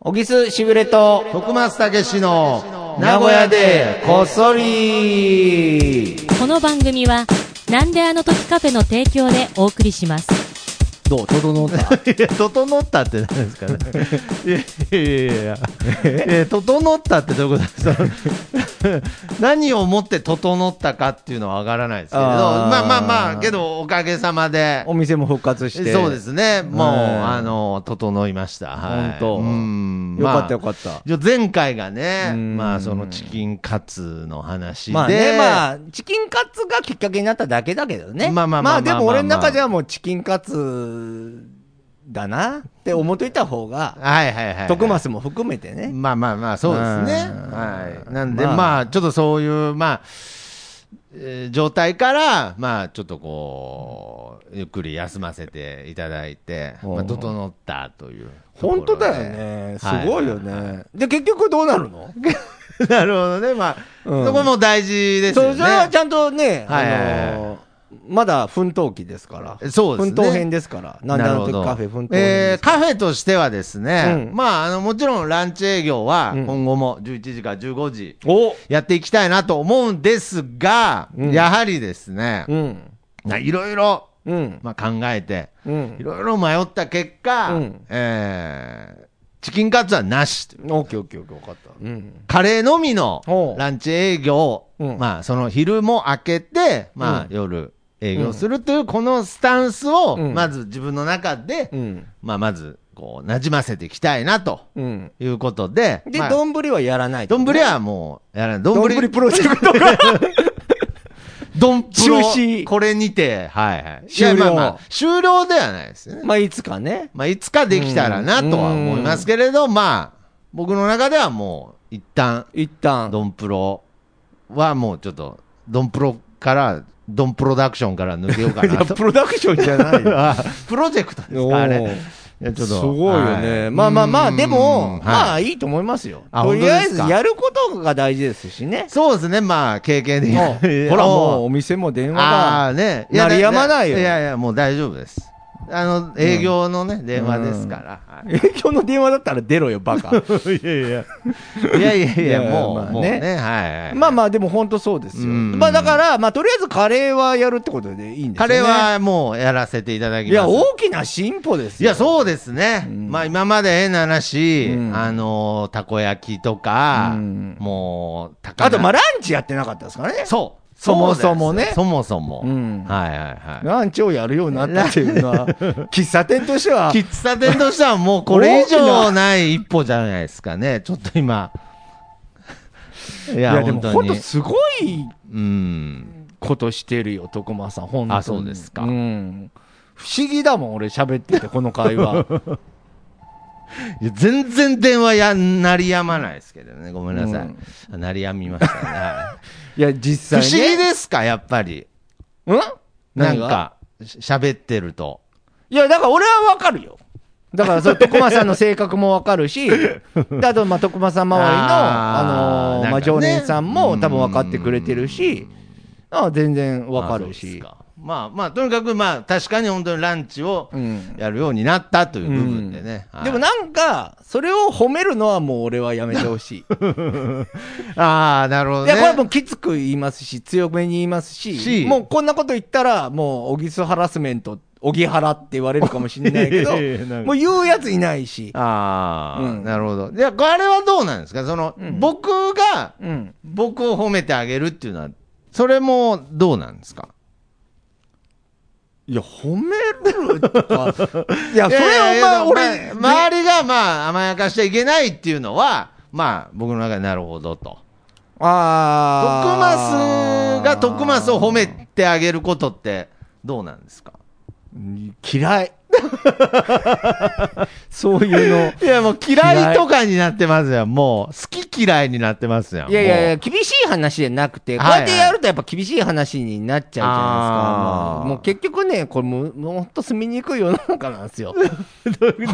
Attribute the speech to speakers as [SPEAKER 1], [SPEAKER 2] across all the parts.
[SPEAKER 1] おぎすしぐれと、
[SPEAKER 2] 徳松たけしの
[SPEAKER 1] 名古屋でこっそり
[SPEAKER 3] この番組は、なんであの時カフェの提供でお送りします。
[SPEAKER 4] どう整った
[SPEAKER 2] いや整ったって何ですかねいやいやいやいやえ整ったってどういうことですか何をもって整ったかっていうのは分からないですけれど
[SPEAKER 4] あー
[SPEAKER 2] まあまあまあけどおかげさまで
[SPEAKER 4] お店も復活して。
[SPEAKER 2] そうですねもう、
[SPEAKER 4] はい
[SPEAKER 2] あの整いましたはい
[SPEAKER 4] 本当
[SPEAKER 2] うん
[SPEAKER 4] よかったよ
[SPEAKER 2] っ
[SPEAKER 4] かった。
[SPEAKER 2] た前回がね、
[SPEAKER 4] うん
[SPEAKER 2] まあそのチキンカツの話で、
[SPEAKER 4] まあね、まあ、チキンカツがきっかけになっただけだけどね。
[SPEAKER 2] まあまあまあまあまあ
[SPEAKER 4] でも俺の中ではもうチキンカツだなって思っといた方が、
[SPEAKER 2] はいはいはい。
[SPEAKER 4] 徳マスも含めてね。
[SPEAKER 2] まあまあまあ、そうですね。
[SPEAKER 4] うん
[SPEAKER 2] はい。なんで、
[SPEAKER 4] まあ
[SPEAKER 2] まあ、ちょっとそういう、まあ、えー状態から、まあ、ちょっとこう、ゆっくり休ませていただいて、
[SPEAKER 4] おう
[SPEAKER 2] まあ、整ったというところ
[SPEAKER 4] 本
[SPEAKER 2] で。
[SPEAKER 4] 当だよね。す
[SPEAKER 2] はい
[SPEAKER 4] ごいよね。で、結局どうなるの
[SPEAKER 2] なるほどね。まあ、
[SPEAKER 4] うん
[SPEAKER 2] そこも大事です
[SPEAKER 4] そ
[SPEAKER 2] よ
[SPEAKER 4] うそれはち
[SPEAKER 2] ね。
[SPEAKER 4] ゃんとね、
[SPEAKER 2] はいはいはい
[SPEAKER 4] あのまだ奮闘期ですから。
[SPEAKER 2] そうですね
[SPEAKER 4] 奮闘編ですから。なんであの時
[SPEAKER 2] なるほど
[SPEAKER 4] カフェ奮闘編
[SPEAKER 2] え
[SPEAKER 4] で
[SPEAKER 2] ー
[SPEAKER 4] すから
[SPEAKER 2] カフェとしてはですね、
[SPEAKER 4] うん
[SPEAKER 2] まあ、あの、もちろんランチ営業は
[SPEAKER 4] うん
[SPEAKER 2] 今後も11時から15時
[SPEAKER 4] お
[SPEAKER 2] やっていきたいなと思うんですが、
[SPEAKER 4] うん
[SPEAKER 2] やはりですね、
[SPEAKER 4] うん。
[SPEAKER 2] ないろいろ、
[SPEAKER 4] うん。
[SPEAKER 2] まあ、考えて、
[SPEAKER 4] うん
[SPEAKER 2] い。ろいろ迷った結果、
[SPEAKER 4] うん
[SPEAKER 2] えーチキンカツはなしという
[SPEAKER 4] オッケーオッケーオッケー、分かった。うん。
[SPEAKER 2] カレーのみの
[SPEAKER 4] ほう
[SPEAKER 2] ランチ営業を、
[SPEAKER 4] うん
[SPEAKER 2] まあ、その昼も開けて、まあ、
[SPEAKER 4] うん
[SPEAKER 2] 夜営業するという、このスタンスを、
[SPEAKER 4] うん
[SPEAKER 2] まず自分の中で、
[SPEAKER 4] うん。
[SPEAKER 2] まあ、まず、こう、馴染ませていきたいな、と
[SPEAKER 4] うん。
[SPEAKER 2] いうことで、
[SPEAKER 4] で、
[SPEAKER 2] まあ、
[SPEAKER 4] 丼、はやらない。
[SPEAKER 2] 丼はもう、やらない。丼
[SPEAKER 4] 丼プロジェクトが。
[SPEAKER 2] 丼プロ
[SPEAKER 4] 中止
[SPEAKER 2] これにて、はいはい。
[SPEAKER 4] 終了
[SPEAKER 2] いやまあまあ終了ではないですよね。
[SPEAKER 4] まあ、いつかね。
[SPEAKER 2] まあ、いつかできたらなとは思いますけれど、まあ、僕の中ではもう、一旦、
[SPEAKER 4] 一旦。
[SPEAKER 2] ドンプロはもうちょっと、ドンプロから、ドンプロダクションから抜けようか
[SPEAKER 4] いや、
[SPEAKER 2] なと。
[SPEAKER 4] プロダクションじゃないよ
[SPEAKER 2] あ プロジェクトですか、あれ。い
[SPEAKER 4] おー
[SPEAKER 2] やちょっ
[SPEAKER 4] す
[SPEAKER 2] と
[SPEAKER 4] ごいよね。
[SPEAKER 2] はい
[SPEAKER 4] まあまあまあ、
[SPEAKER 2] うん
[SPEAKER 4] でも、
[SPEAKER 2] はい
[SPEAKER 4] まあいいと思いますよ。
[SPEAKER 2] あ
[SPEAKER 4] とりあえ
[SPEAKER 2] 本当で
[SPEAKER 4] ず
[SPEAKER 2] すか
[SPEAKER 4] やることが大事ですしね。
[SPEAKER 2] そうですね、まあ、経験で。
[SPEAKER 4] ほら、もうお店も電話
[SPEAKER 2] あ
[SPEAKER 4] が。
[SPEAKER 2] あね。
[SPEAKER 4] 鳴りやまないよ
[SPEAKER 2] いやいや、もう大丈夫です。あの、営業のね、電話ですから。はい
[SPEAKER 4] 営業の電話だったら出ろよ、バカ。
[SPEAKER 2] いやいや。いやいやいや、
[SPEAKER 4] いや
[SPEAKER 2] もう、
[SPEAKER 4] まあね
[SPEAKER 2] もうね、はいはい。
[SPEAKER 4] まあまあ、でも本当そうですよ。
[SPEAKER 2] うん
[SPEAKER 4] まあだから、まあとりあえずカレーはやるってことでいいんです
[SPEAKER 2] カ
[SPEAKER 4] よね。
[SPEAKER 2] レー、はもうやらせていただきます。
[SPEAKER 4] いや、大きな進歩です
[SPEAKER 2] い
[SPEAKER 4] よ。
[SPEAKER 2] やそうですね。まあ今まで変な話、
[SPEAKER 4] うん
[SPEAKER 2] あのーたこ焼きとか、
[SPEAKER 4] うん
[SPEAKER 2] もう、高菜
[SPEAKER 4] あと、まあランチやってなかったですからね。
[SPEAKER 2] そう。
[SPEAKER 4] そもそもね
[SPEAKER 2] そもそも。
[SPEAKER 4] うん
[SPEAKER 2] はいはいは。、
[SPEAKER 4] ランチをやるようになったっていうのは、喫茶店としてはい
[SPEAKER 2] 喫茶店としてはもうこれ以上ない一歩じゃないですかね。ちょっと今。い
[SPEAKER 4] い
[SPEAKER 2] や、
[SPEAKER 4] や、で
[SPEAKER 2] 本
[SPEAKER 4] も
[SPEAKER 2] 当
[SPEAKER 4] 本当
[SPEAKER 2] に。
[SPEAKER 4] すごい
[SPEAKER 2] うん。
[SPEAKER 4] ことしてるよ、徳間さん、本当に。
[SPEAKER 2] あそうですか
[SPEAKER 4] うん。不思議だもん、俺喋ってて、この会話。
[SPEAKER 2] いや全然電話や、鳴りやまないですけどね。ごめんなさい。鳴りやみましたね。 はい
[SPEAKER 4] いや、
[SPEAKER 2] 不
[SPEAKER 4] 実
[SPEAKER 2] 思
[SPEAKER 4] 際
[SPEAKER 2] 議
[SPEAKER 4] ね。
[SPEAKER 2] ですか、やっぱり。
[SPEAKER 4] 不思議うん
[SPEAKER 2] な
[SPEAKER 4] 何
[SPEAKER 2] ん
[SPEAKER 4] が
[SPEAKER 2] か、し喋ってると。
[SPEAKER 4] いや、だから俺はわかるよ。だから、 そう、徳間さんの性格もわかるし、であと、まあ、徳間さん周りの、あ
[SPEAKER 2] あー
[SPEAKER 4] のー
[SPEAKER 2] な
[SPEAKER 4] ま
[SPEAKER 2] んか
[SPEAKER 4] あ、
[SPEAKER 2] ね
[SPEAKER 4] 常連さんも多分分かってくれてるし、あ全然わかるし。
[SPEAKER 2] あ。そうですまあまあ、とにかくまあ、確かに本当にランチを
[SPEAKER 4] うん
[SPEAKER 2] やるようになったという部分でね。はい
[SPEAKER 4] でもなんか、それを褒めるのはもう俺はやめてほしい。
[SPEAKER 2] ああ、なるほど
[SPEAKER 4] い
[SPEAKER 2] ね。
[SPEAKER 4] や、これはもうきつく言いますし、強めに言いますし、
[SPEAKER 2] し
[SPEAKER 4] もうこんなこと言ったら、もう、オギスハラスメント、オギハラって言われるかもしれないけど
[SPEAKER 2] いやいやいやなん、か
[SPEAKER 4] もう言うやついないし、
[SPEAKER 2] ああ、
[SPEAKER 4] うん
[SPEAKER 2] なるほど。いや、これはどうなんですかその、僕が、
[SPEAKER 4] うん。
[SPEAKER 2] 僕を褒めてあげるっていうのは、それもどうなんですか
[SPEAKER 4] いや、褒めるとか、 いや、そ
[SPEAKER 2] い
[SPEAKER 4] れ
[SPEAKER 2] やいやいや
[SPEAKER 4] はまあ、
[SPEAKER 2] で
[SPEAKER 4] 俺、
[SPEAKER 2] もまあ周りがまあ、甘やかしちゃいけないっていうのは、まあ、僕の中でなるほどと。徳
[SPEAKER 4] あ
[SPEAKER 2] マスが徳マスを褒めてあげることって、どうなんですか
[SPEAKER 4] 嫌い。 そういうの。
[SPEAKER 2] いや、もう嫌いとかになってますよ。もう、好き嫌いになってますやん。
[SPEAKER 4] いやいやい
[SPEAKER 2] も
[SPEAKER 4] や、
[SPEAKER 2] う
[SPEAKER 4] 厳しい話じゃなくて、こ
[SPEAKER 2] は
[SPEAKER 4] う
[SPEAKER 2] いはい
[SPEAKER 4] やってやるとやっぱ厳しい話になっちゃうじゃないです
[SPEAKER 2] あ
[SPEAKER 4] か。
[SPEAKER 2] ー
[SPEAKER 4] もうもう結局ね、これもう、もうほんと住みにくい世の中なん ですよ。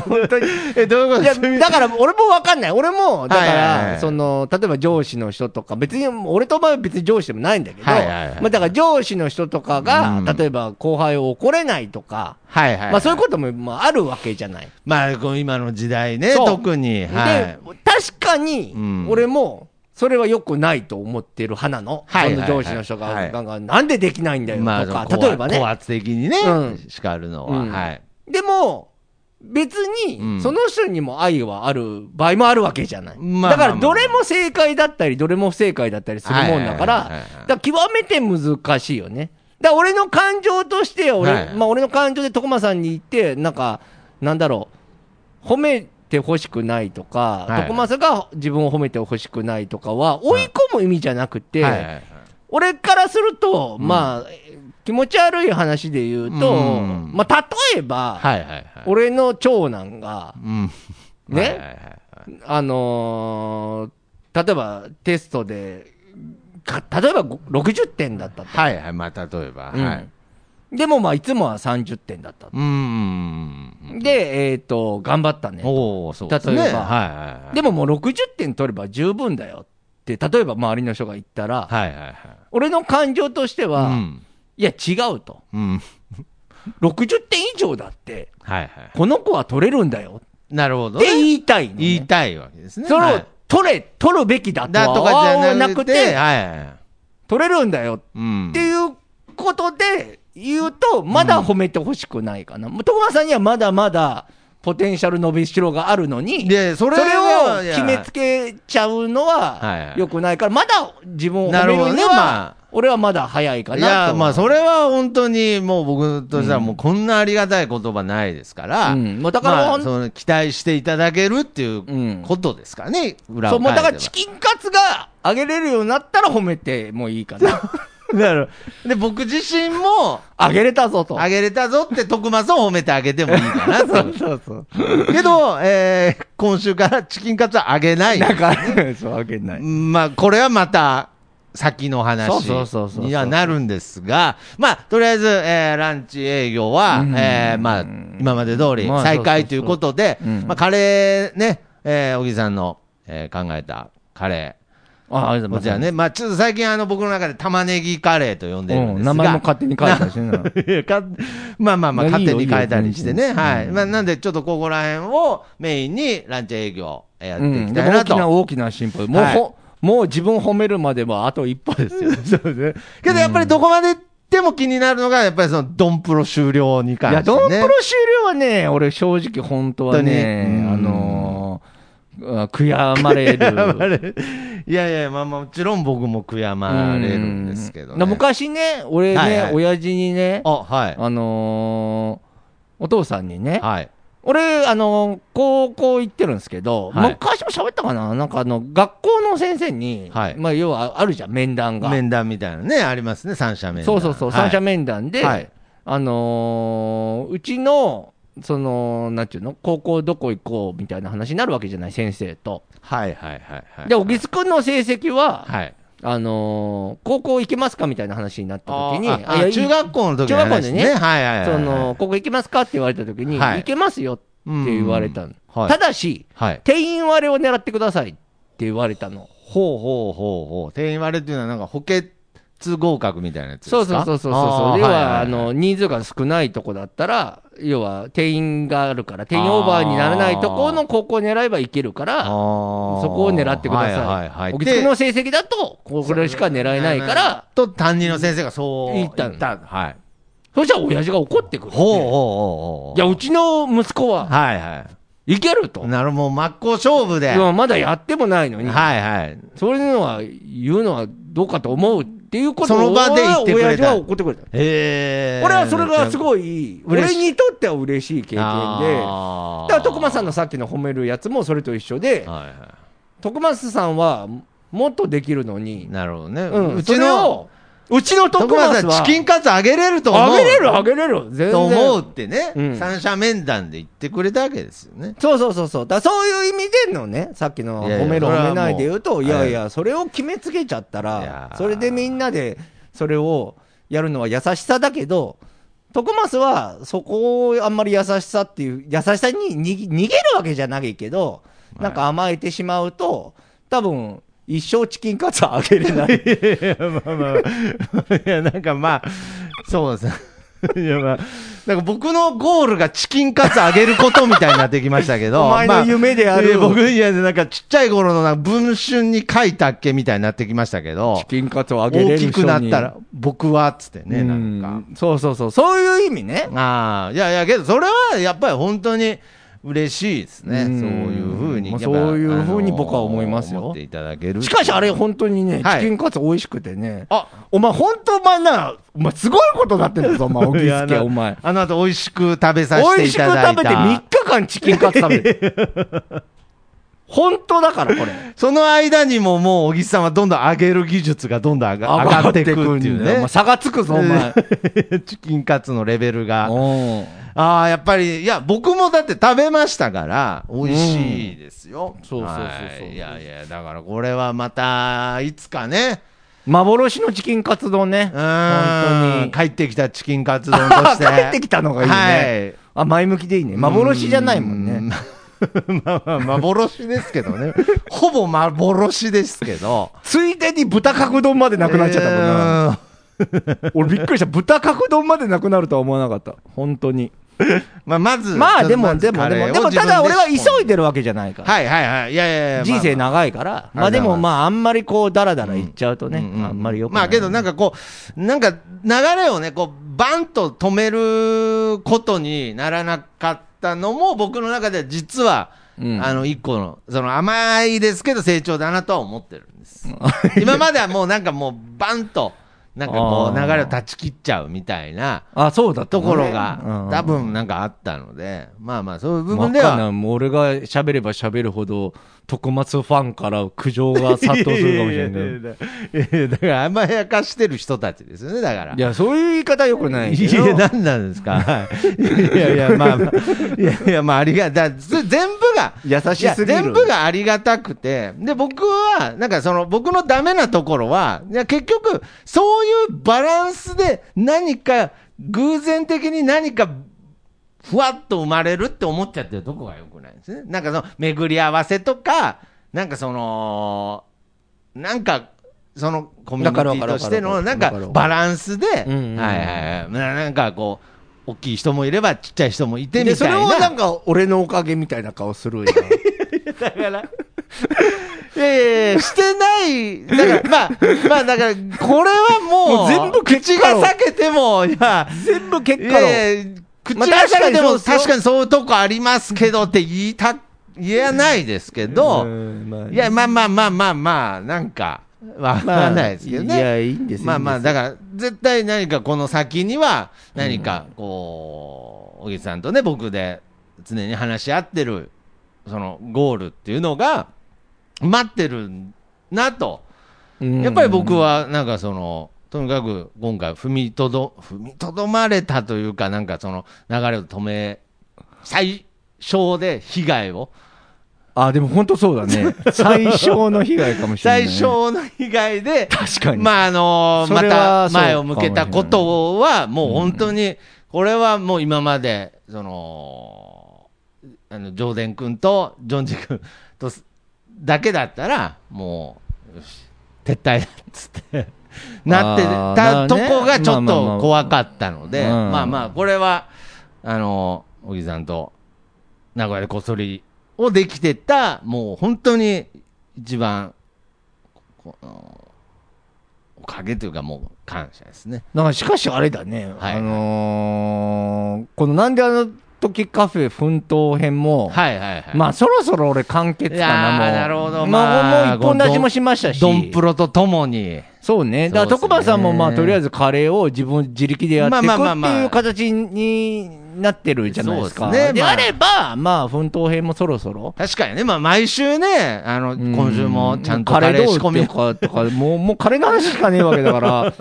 [SPEAKER 4] 本当に。
[SPEAKER 2] え、どういうこと
[SPEAKER 4] い
[SPEAKER 2] で
[SPEAKER 4] や、
[SPEAKER 2] すか
[SPEAKER 4] だから俺もわかんない。俺も、だか
[SPEAKER 2] はいはいは
[SPEAKER 4] ら、
[SPEAKER 2] い
[SPEAKER 4] その、例えば上司の人とか、別に、俺とお前は別に上司でもないんだけど、
[SPEAKER 2] はいはいはい
[SPEAKER 4] まあだから上司の人とかが、
[SPEAKER 2] うん
[SPEAKER 4] 例えば後輩を怒れないとか、
[SPEAKER 2] はいはいはい。
[SPEAKER 4] まあそういうことも、まあ、あるわけじゃない。
[SPEAKER 2] まあ、この今の時代ね、
[SPEAKER 4] そう
[SPEAKER 2] 特に。はい
[SPEAKER 4] で。、確かに
[SPEAKER 2] う、ん
[SPEAKER 4] 俺も、それは良くないと思ってる派なの。
[SPEAKER 2] はいはいはい
[SPEAKER 4] その上司の人
[SPEAKER 2] は
[SPEAKER 4] が、
[SPEAKER 2] い
[SPEAKER 4] なんか、なんでできないんだよと
[SPEAKER 2] まあ、
[SPEAKER 4] か、
[SPEAKER 2] こう
[SPEAKER 4] 例えばね
[SPEAKER 2] 高。圧的にね
[SPEAKER 4] うん、
[SPEAKER 2] 叱るの
[SPEAKER 4] う
[SPEAKER 2] は。
[SPEAKER 4] ん
[SPEAKER 2] はい。
[SPEAKER 4] でも、別
[SPEAKER 2] う
[SPEAKER 4] に、
[SPEAKER 2] ん
[SPEAKER 4] その人にも愛はある場合もあるわけじゃない。
[SPEAKER 2] まあ
[SPEAKER 4] だから、どれも正解だったり、どれも不正解だったりするもんだか
[SPEAKER 2] はいはいはい
[SPEAKER 4] ら
[SPEAKER 2] はいは、い
[SPEAKER 4] だから極めて難しいよね。だから俺の感情としては俺、
[SPEAKER 2] はい
[SPEAKER 4] まあ俺の感情で徳間さんに言って、なんか、なんだろう、褒めてほしくないとか、
[SPEAKER 2] はい
[SPEAKER 4] 徳間さんが自分を褒めてほしくないとかは、追い込む意味じゃなくて、
[SPEAKER 2] はいはいはい
[SPEAKER 4] 俺からすると、まあ、気持ち悪い話で言うと、
[SPEAKER 2] うん
[SPEAKER 4] まあ、例えば、
[SPEAKER 2] はいはいはい。
[SPEAKER 4] 俺の長男が、
[SPEAKER 2] うん。
[SPEAKER 4] ね
[SPEAKER 2] はいはいはい
[SPEAKER 4] あのー例えばテストで、か例えばご60点だったと。
[SPEAKER 2] はいはい、まあ、例えば。
[SPEAKER 4] うん
[SPEAKER 2] はい。
[SPEAKER 4] でもまあ、いつもは30点だったと。
[SPEAKER 2] うんうんうんうん。
[SPEAKER 4] で、えっ、と、頑張ったね。
[SPEAKER 2] おおそうですね。
[SPEAKER 4] 例
[SPEAKER 2] は
[SPEAKER 4] え
[SPEAKER 2] い
[SPEAKER 4] ば
[SPEAKER 2] はいはい。
[SPEAKER 4] でももう60点取れば十分だよって、例えば周りの人が言ったら、
[SPEAKER 2] はいはいはい。
[SPEAKER 4] 俺の感情としては、
[SPEAKER 2] うん。
[SPEAKER 4] いや、違うと。
[SPEAKER 2] うん。
[SPEAKER 4] 60点以上だって、
[SPEAKER 2] はいはい。
[SPEAKER 4] この子は取れるんだよ
[SPEAKER 2] なるほど
[SPEAKER 4] って
[SPEAKER 2] ね。
[SPEAKER 4] 言いたいのね、
[SPEAKER 2] 言いたいわけですね。
[SPEAKER 4] それ
[SPEAKER 2] は
[SPEAKER 4] を
[SPEAKER 2] い
[SPEAKER 4] 取れ、取るべきだと
[SPEAKER 2] だ
[SPEAKER 4] は
[SPEAKER 2] とかじゃなくて、
[SPEAKER 4] 思わ
[SPEAKER 2] はいはいはい。
[SPEAKER 4] 取れるんだよ
[SPEAKER 2] うん。
[SPEAKER 4] っていうことで言うと、まだ褒めてほしくないかな。もう徳間さんにはまだまだポテンシャル伸びしろがあるのに、
[SPEAKER 2] でそれ
[SPEAKER 4] を
[SPEAKER 2] は
[SPEAKER 4] 決めつけちゃうの
[SPEAKER 2] はいは
[SPEAKER 4] はい良くないから、まだ自分を褒
[SPEAKER 2] なる
[SPEAKER 4] め
[SPEAKER 2] ほど
[SPEAKER 4] る
[SPEAKER 2] ね
[SPEAKER 4] に
[SPEAKER 2] ま
[SPEAKER 4] は
[SPEAKER 2] あ、
[SPEAKER 4] 俺はまだ早いか
[SPEAKER 2] い
[SPEAKER 4] なと。
[SPEAKER 2] や、まあ、そ
[SPEAKER 4] れ
[SPEAKER 2] れは本当にもう僕としては、もうこんなありがたい言葉ないですから、
[SPEAKER 4] うんもうだから
[SPEAKER 2] ま
[SPEAKER 4] ほ
[SPEAKER 2] あ、
[SPEAKER 4] ん
[SPEAKER 2] その期待していただけるってい
[SPEAKER 4] ん
[SPEAKER 2] うことですかね、裏
[SPEAKER 4] そ
[SPEAKER 2] を
[SPEAKER 4] う、もう
[SPEAKER 2] 返
[SPEAKER 4] だか
[SPEAKER 2] せば
[SPEAKER 4] らチキンカツが上げれるようになったら褒めてもいいかな。
[SPEAKER 2] なるほどで、僕自身も、
[SPEAKER 4] 上げれたぞと。
[SPEAKER 2] あげれたぞって、徳松を褒めてあげてもいいかなと。
[SPEAKER 4] そうそう。
[SPEAKER 2] けど、えー今週からチキンカツはあげない。
[SPEAKER 4] だから、そう、上げない。
[SPEAKER 2] まあ、これはまた、先の
[SPEAKER 4] そう
[SPEAKER 2] 話
[SPEAKER 4] そうそうそう
[SPEAKER 2] にはなるんですが、まあ、とりあえず、えーランチ営業は、
[SPEAKER 4] うん
[SPEAKER 2] えーまあ、今まで通り
[SPEAKER 4] まあ
[SPEAKER 2] 再開と
[SPEAKER 4] そうそうそう
[SPEAKER 2] いうことで、
[SPEAKER 4] うん
[SPEAKER 2] まあ、カレーね、えー小木さんの、えー考えたカレ
[SPEAKER 4] あ、ありが
[SPEAKER 2] ー。こちらね、まあ、ちょっと最近あの、僕の中で玉ねぎカレーと呼んでるんですが。
[SPEAKER 4] うん、名前も勝手に書いたし ね。
[SPEAKER 2] いやかまあまあまあ、
[SPEAKER 4] いやいい
[SPEAKER 2] 勝
[SPEAKER 4] よ
[SPEAKER 2] 手に変えたりし
[SPEAKER 4] い
[SPEAKER 2] て
[SPEAKER 4] い
[SPEAKER 2] ね。
[SPEAKER 4] よ
[SPEAKER 2] はい。
[SPEAKER 4] うん
[SPEAKER 2] まあ、なんで、ちょっとここら辺をメインにランチ営業えーやっ
[SPEAKER 4] う
[SPEAKER 2] てい
[SPEAKER 4] ん、
[SPEAKER 2] き
[SPEAKER 4] で
[SPEAKER 2] た
[SPEAKER 4] も
[SPEAKER 2] い
[SPEAKER 4] 大
[SPEAKER 2] な
[SPEAKER 4] き
[SPEAKER 2] と。
[SPEAKER 4] な大きな進歩。もうほ、
[SPEAKER 2] はい
[SPEAKER 4] もう自分褒めるまではあと一歩ですよ。
[SPEAKER 2] そうですね。けどやっぱりどこまで行っても気になるのが、やっぱりそのドンプロ終了に関
[SPEAKER 4] いや、
[SPEAKER 2] して、ね。
[SPEAKER 4] ドンプロ終了はね、俺正直本当はね、
[SPEAKER 2] 本当にうん
[SPEAKER 4] あのーあ悔やまれる。
[SPEAKER 2] あれいやいや、まあまあ、もちろん僕も悔やまれるんですけど
[SPEAKER 4] う
[SPEAKER 2] ね。
[SPEAKER 4] ん昔ね、俺ね、
[SPEAKER 2] はいはい
[SPEAKER 4] 親父にね、
[SPEAKER 2] あ、
[SPEAKER 4] あ、
[SPEAKER 2] はい。
[SPEAKER 4] のーお父さんにね、
[SPEAKER 2] はい。
[SPEAKER 4] 俺、あのー高校行ってるんですけど、
[SPEAKER 2] はい
[SPEAKER 4] 昔も喋ったかななんかあの、学校の先生に、
[SPEAKER 2] はい
[SPEAKER 4] まあ、要はあるじゃん、面談が。
[SPEAKER 2] 面談みたいなね、ありますね、三者面談。
[SPEAKER 4] そうそうそう、
[SPEAKER 2] は
[SPEAKER 4] 三
[SPEAKER 2] い
[SPEAKER 4] 者面談で、
[SPEAKER 2] はい
[SPEAKER 4] あのーうちの、その、なんていうの、高校どこ行こうみたいな話になるわけじゃない、先生と。
[SPEAKER 2] はいはいはいはい。
[SPEAKER 4] で、小木津君の成績は、
[SPEAKER 2] はい。
[SPEAKER 4] あのー高校行けますかみたいな話になった時に、
[SPEAKER 2] ああ
[SPEAKER 4] いや
[SPEAKER 2] 中学校の時
[SPEAKER 4] 中
[SPEAKER 2] の
[SPEAKER 4] 学校
[SPEAKER 2] 話
[SPEAKER 4] で
[SPEAKER 2] で
[SPEAKER 4] ね
[SPEAKER 2] ね。はいはいはい。
[SPEAKER 4] その、高校行けますかって言われた時に、
[SPEAKER 2] はい
[SPEAKER 4] 行けますよって言われたの。
[SPEAKER 2] うんはい
[SPEAKER 4] ただし、
[SPEAKER 2] はい。
[SPEAKER 4] 定員割れを狙ってくださいって言われたの。
[SPEAKER 2] ほうほうほうほう。定員割れっていうのはなんか補欠合格みたいなやつですか
[SPEAKER 4] そうそうそうそうそ
[SPEAKER 2] あ
[SPEAKER 4] う。
[SPEAKER 2] ー
[SPEAKER 4] 要は、
[SPEAKER 2] いいい
[SPEAKER 4] あの、人数が少ないとこだったら、要は、定員があるから、定員オーバーにならないところの高校を狙えばいけるから、そ
[SPEAKER 2] そ
[SPEAKER 4] こを狙ってください。
[SPEAKER 2] はいはいはい。
[SPEAKER 4] お気づきの
[SPEAKER 2] で
[SPEAKER 4] 成績だと、これしか狙えないから、、
[SPEAKER 2] と担任の先生がそう
[SPEAKER 4] 言ったの
[SPEAKER 2] はい。
[SPEAKER 4] そしたら親父が怒ってくる。
[SPEAKER 2] ほうほう
[SPEAKER 4] い
[SPEAKER 2] ほうほう。
[SPEAKER 4] や、うちの息子は、
[SPEAKER 2] はいはい
[SPEAKER 4] けると
[SPEAKER 2] い。。なるほど、真っ向勝負で。
[SPEAKER 4] い
[SPEAKER 2] は
[SPEAKER 4] やまだやってもないの
[SPEAKER 2] い
[SPEAKER 4] に、
[SPEAKER 2] はい。
[SPEAKER 4] そういうのは言うのはどうかと思うっていうことを、
[SPEAKER 2] その場で言ってくれた
[SPEAKER 4] 親父は怒ってくれた。
[SPEAKER 2] えー。
[SPEAKER 4] 俺はそれがすごい、
[SPEAKER 2] 嬉
[SPEAKER 4] 俺
[SPEAKER 2] しい
[SPEAKER 4] にとっては嬉しい経験で、
[SPEAKER 2] あー
[SPEAKER 4] だから徳間さんのさっきの褒めるやつもそれと一緒で、
[SPEAKER 2] はいは
[SPEAKER 4] 徳松さんはもっとできるの
[SPEAKER 2] い。
[SPEAKER 4] に、
[SPEAKER 2] なるほどね。
[SPEAKER 4] うん
[SPEAKER 2] うち
[SPEAKER 4] それ
[SPEAKER 2] の
[SPEAKER 4] を、うちの徳
[SPEAKER 2] 徳松
[SPEAKER 4] 松
[SPEAKER 2] さ
[SPEAKER 4] は
[SPEAKER 2] んチキンカツあげれると思う
[SPEAKER 4] あげれるあげれる全然
[SPEAKER 2] と思うってね、
[SPEAKER 4] うん
[SPEAKER 2] 三者面談で言ってくれたわけですよね
[SPEAKER 4] そうそうそうそうだそういう意味でのねさっきの
[SPEAKER 2] いやいや
[SPEAKER 4] 褒める
[SPEAKER 2] それは
[SPEAKER 4] 褒
[SPEAKER 2] もう
[SPEAKER 4] めないで言うといやいや
[SPEAKER 2] は
[SPEAKER 4] それを決めつけちゃった
[SPEAKER 2] い
[SPEAKER 4] ら
[SPEAKER 2] やー
[SPEAKER 4] それでみんなでそれをやるのは優しさだけど徳増はそこをあんまり優しさっていう優しさにに逃げるわけじゃないけどなんか甘えてしまうと多分一生チキンカツあげれない
[SPEAKER 2] いやまあまあ いやなんかまあそうですね いやまあなんか僕のゴールがチキンカツあげることみたいになってきましたけど
[SPEAKER 4] お 前
[SPEAKER 2] ま
[SPEAKER 4] の夢であ
[SPEAKER 2] いや
[SPEAKER 4] る
[SPEAKER 2] 僕いやなんかちっちゃい頃のなんか文春に書いたっけみたいになってきましたけど
[SPEAKER 4] チキンカツをあげれる
[SPEAKER 2] 大
[SPEAKER 4] 人
[SPEAKER 2] き
[SPEAKER 4] に
[SPEAKER 2] くなったら僕はっつってねなんか
[SPEAKER 4] うそうそうそうそういう意味ね
[SPEAKER 2] ああ、いやいや、けど、それはやっぱり本当に嬉しいですね。
[SPEAKER 4] う
[SPEAKER 2] そうんいうふうに、
[SPEAKER 4] まあ
[SPEAKER 2] やっぱ
[SPEAKER 4] そういうふうに
[SPEAKER 2] あの
[SPEAKER 4] 僕は思いますよ
[SPEAKER 2] 思っていただける。
[SPEAKER 4] しかしあれ、本当にね、
[SPEAKER 2] はい
[SPEAKER 4] チキンカツ美味しくてね。
[SPEAKER 2] あ
[SPEAKER 4] お前本当お前な、お前すごいことになってんだぞ、お前、お ぎすけ、お前。
[SPEAKER 2] あの後、美味しく食べさせ
[SPEAKER 4] 美
[SPEAKER 2] て
[SPEAKER 4] 味
[SPEAKER 2] い
[SPEAKER 4] しく
[SPEAKER 2] ただい
[SPEAKER 4] 食べて3
[SPEAKER 2] た
[SPEAKER 4] 日。間チキンカツ食べてる。 本当だから、これ。
[SPEAKER 2] その間にももう、小木さんはどんどん上げる技術がどんどん上が上がっていくってい
[SPEAKER 4] 上が
[SPEAKER 2] う
[SPEAKER 4] んだよお前
[SPEAKER 2] ね。
[SPEAKER 4] 差がつくぞ、お前。
[SPEAKER 2] チキンカツのレベルが。
[SPEAKER 4] おう
[SPEAKER 2] ああ、やっぱり、いや、僕もだって食べましたから、美味しいですよ。
[SPEAKER 4] そうそうそうそう
[SPEAKER 2] はいいやいや、だからこれはまた、いつかね、
[SPEAKER 4] 幻のチキンカツ丼ね。
[SPEAKER 2] うん
[SPEAKER 4] 本当に。
[SPEAKER 2] 帰ってきたチキンカツ丼とし て。
[SPEAKER 4] 帰ってきたのがいいね。あ、前向きでいいね。幻じゃないもん
[SPEAKER 2] うん
[SPEAKER 4] ね。
[SPEAKER 2] まあまあ、幻ですけど ね。ほぼ幻ですけど。
[SPEAKER 4] ついでに豚角丼までなくなっちゃったもんな。俺びっくりした豚角丼までなくなるとは思わなかった本当に
[SPEAKER 2] うんまあ、まず、
[SPEAKER 4] まあでも
[SPEAKER 2] ず
[SPEAKER 4] でも
[SPEAKER 2] カレ
[SPEAKER 4] で
[SPEAKER 2] ー
[SPEAKER 4] も
[SPEAKER 2] を
[SPEAKER 4] でも
[SPEAKER 2] 自
[SPEAKER 4] た
[SPEAKER 2] 分
[SPEAKER 4] だ俺は
[SPEAKER 2] 仕込
[SPEAKER 4] 急
[SPEAKER 2] ん
[SPEAKER 4] い
[SPEAKER 2] で。
[SPEAKER 4] でるわけじゃないから
[SPEAKER 2] はいはいはい。いやいやいや。
[SPEAKER 4] 人生
[SPEAKER 2] まあまあ
[SPEAKER 4] 長いから
[SPEAKER 2] あ
[SPEAKER 4] まあでも
[SPEAKER 2] ま
[SPEAKER 4] まああんまりこうダラダラいっちゃうとね
[SPEAKER 2] うんうん
[SPEAKER 4] あんまりよくない
[SPEAKER 2] まあけどなんかこう、なんか流れをね、こう、バンと止めることにならなかったのも、僕の中では実は、
[SPEAKER 4] うん
[SPEAKER 2] あの、一個の、その甘いですけど成長だなとは思ってるんです。今まではもうなんかもう、バンと、なんかこう、
[SPEAKER 4] あ
[SPEAKER 2] 流
[SPEAKER 4] ー
[SPEAKER 2] れを断ち切っちゃうみたいな
[SPEAKER 4] あそうだ
[SPEAKER 2] ところ
[SPEAKER 4] うん
[SPEAKER 2] が、多分なんかあったので、まあまあ、そういう部
[SPEAKER 4] わ
[SPEAKER 2] 分
[SPEAKER 4] かん
[SPEAKER 2] では、
[SPEAKER 4] ないもう俺が喋れば喋るほど徳松ファンから苦情が殺到するかもしれない
[SPEAKER 2] いやいやいやいやいやだから甘やかしてる人たちですよね、だから
[SPEAKER 4] い。やそういう言い方よくないけ
[SPEAKER 2] い
[SPEAKER 4] ど
[SPEAKER 2] や、何なんですか。はいい やいや、まあ、まあ、いやいや、まあ、ありがだ、ず全部が、
[SPEAKER 4] 優しすぎる
[SPEAKER 2] いや全部がありがたくて、で、僕は、なんかその、僕のダメなところは、いや、結局、そういうバランスで何か、偶然的に何か、ふわっと生まれるって思っちゃってるとこが良くないですね。なんかその、巡り合わせとか、なんかその、なんか、そのコミュニティとしての、
[SPEAKER 4] わか
[SPEAKER 2] なん
[SPEAKER 4] るわかるわかるわか
[SPEAKER 2] か
[SPEAKER 4] る
[SPEAKER 2] バランスで、はい
[SPEAKER 4] うんうんうん
[SPEAKER 2] はいはい、ななんかこう、大きい人もいれば、ちっちゃい人もいて
[SPEAKER 4] で
[SPEAKER 2] みたいな。
[SPEAKER 4] それをなんか俺のおかげみたいな顔するやん
[SPEAKER 2] だから。 いやいやいや、してない。だから、まあ、まあ、だから、これはもう、
[SPEAKER 4] もう全部
[SPEAKER 2] 口
[SPEAKER 4] 結
[SPEAKER 2] が
[SPEAKER 4] 果論
[SPEAKER 2] 裂けても、いや、
[SPEAKER 4] 全部
[SPEAKER 2] い
[SPEAKER 4] 結果論
[SPEAKER 2] やいや、口
[SPEAKER 4] まあ
[SPEAKER 2] が裂けても、
[SPEAKER 4] 確かにそうですよ
[SPEAKER 2] 確かにそういうとこありますけどって言いた、言えないですけ
[SPEAKER 4] う
[SPEAKER 2] ど、
[SPEAKER 4] んまあ
[SPEAKER 2] いや、まあまあまあまあまあ、なんか、わからないですけどね。
[SPEAKER 4] いやいいんですよ
[SPEAKER 2] まあま
[SPEAKER 4] いい
[SPEAKER 2] あ、
[SPEAKER 4] んで
[SPEAKER 2] だから、絶対何かこの先には、何か、こう、小木さんとね、僕で常に話し合ってる、その、ゴールっていうのが、待ってるなと。
[SPEAKER 4] すよ
[SPEAKER 2] やっぱり僕は、なんかその、とにかく今回踏みとど、踏みとどまれたというか、なんかその流れを止め、最小で被害を、
[SPEAKER 4] あ、でも本当そうだ ね。最小の被害かもしれない、
[SPEAKER 2] 最。小の被害で、
[SPEAKER 4] 確かに。
[SPEAKER 2] まああの
[SPEAKER 4] そ
[SPEAKER 2] ま
[SPEAKER 4] れは
[SPEAKER 2] た前を向けたことは、もう本当に、これはもう今まで、その、あの、ジョーデン君とジョンジ君とすだけだったら、もう、よし撤退だっつって、なって
[SPEAKER 4] あ
[SPEAKER 2] た
[SPEAKER 4] ー
[SPEAKER 2] と
[SPEAKER 4] なるね
[SPEAKER 2] こがちょっ
[SPEAKER 4] まあまあま
[SPEAKER 2] と
[SPEAKER 4] あ
[SPEAKER 2] 怖かったので、
[SPEAKER 4] うん
[SPEAKER 2] まあまあ、これは、あの小木さんと名古屋でこっそりをできてた、もう本当に一番、このおかげというか、もう感謝ですね。
[SPEAKER 4] なんかしかしあれだね。
[SPEAKER 2] はい
[SPEAKER 4] あのーこのなんであの時カフェ奮闘編も、
[SPEAKER 2] はいはいはい。
[SPEAKER 4] まあそろそろ俺完結か
[SPEAKER 2] いや
[SPEAKER 4] な、も
[SPEAKER 2] ー
[SPEAKER 4] う。
[SPEAKER 2] なるほ
[SPEAKER 4] まあ、
[SPEAKER 2] どまあ
[SPEAKER 4] もう一本出しもしましたし。
[SPEAKER 2] ドンプロとともに、
[SPEAKER 4] そうね。だから、
[SPEAKER 2] そうですね
[SPEAKER 4] 徳馬さんも、まあ、とりあえずカレーを自分自力でやっていく
[SPEAKER 2] ま
[SPEAKER 4] っ
[SPEAKER 2] あまあまあ
[SPEAKER 4] て
[SPEAKER 2] ま
[SPEAKER 4] い
[SPEAKER 2] あ
[SPEAKER 4] う形になってるじゃないですか。
[SPEAKER 2] そうですね
[SPEAKER 4] で
[SPEAKER 2] まあ
[SPEAKER 4] あれば、まあ、奮闘編もそろそろ。
[SPEAKER 2] 確かにね、まあ、毎週ね、あの、今週もちゃんとカレー仕込み
[SPEAKER 4] とか、とか、もう、もうカレーの話しかねえわけだから。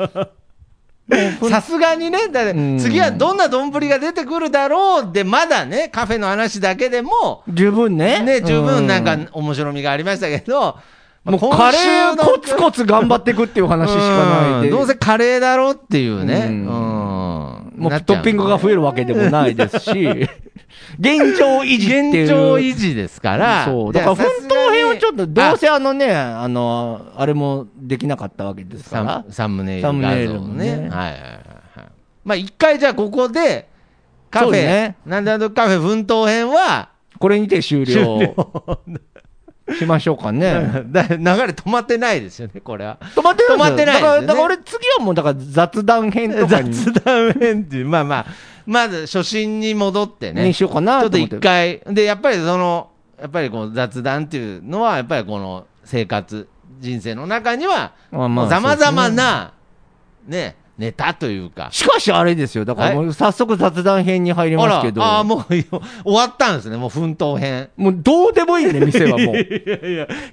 [SPEAKER 2] さすがにね、だって
[SPEAKER 4] うん
[SPEAKER 2] 次はどんな丼が出てくるだろうで、まだね、カフェの話だけでも、
[SPEAKER 4] 十分ね。
[SPEAKER 2] ね、十分なん
[SPEAKER 4] う
[SPEAKER 2] か面白みがありましたけど、
[SPEAKER 4] もうカレーコツ
[SPEAKER 2] ツ
[SPEAKER 4] コツ頑張っていくっていう話しかないで。
[SPEAKER 2] どうせカレーだろうっていうね、う
[SPEAKER 4] うんん
[SPEAKER 2] な
[SPEAKER 4] も
[SPEAKER 2] っちゃ
[SPEAKER 4] うトッピングが増えるわけでもないです し、現状維持っていう。
[SPEAKER 2] 現状維持ですから、
[SPEAKER 4] そう。だから、奮闘編はちょっと、どうせあのね、あの、あれもできなかったわけですか
[SPEAKER 2] サ
[SPEAKER 4] ら
[SPEAKER 2] ム。サムネイル
[SPEAKER 4] サムネイル
[SPEAKER 2] 画像
[SPEAKER 4] も
[SPEAKER 2] ね
[SPEAKER 4] ね
[SPEAKER 2] はいはいはいはいまあ一回じゃあここでカフ
[SPEAKER 4] そう
[SPEAKER 2] ェ、
[SPEAKER 4] ね
[SPEAKER 2] なんだとカフェ奮闘編は
[SPEAKER 4] これにて終了しましょうかね。
[SPEAKER 2] だ流れ止ま止まってないですよねこれは
[SPEAKER 4] 止まって
[SPEAKER 2] 止まってないです
[SPEAKER 4] だ
[SPEAKER 2] よ
[SPEAKER 4] か
[SPEAKER 2] ね
[SPEAKER 4] ら、だから俺次はもう、だから雑談編とか に
[SPEAKER 2] 雑談編っていうまあまあまず初心に戻ってね
[SPEAKER 4] にし
[SPEAKER 2] ちょ
[SPEAKER 4] ようかなと
[SPEAKER 2] っと
[SPEAKER 4] 思っ
[SPEAKER 2] 一
[SPEAKER 4] て。
[SPEAKER 2] 回でやっぱりそのやっぱりこう雑談っていうのはやっぱりこの生活人生の中には
[SPEAKER 4] まあまあ
[SPEAKER 2] ざまざま
[SPEAKER 4] そうですね
[SPEAKER 2] なねネタというか
[SPEAKER 4] しかしあれですよ。だからもう早速雑談編に入り
[SPEAKER 2] あ
[SPEAKER 4] ますけど。
[SPEAKER 2] らあーもういや終わったんですね、もう奮 闘編。
[SPEAKER 4] もうどうでもいいね、店は もう。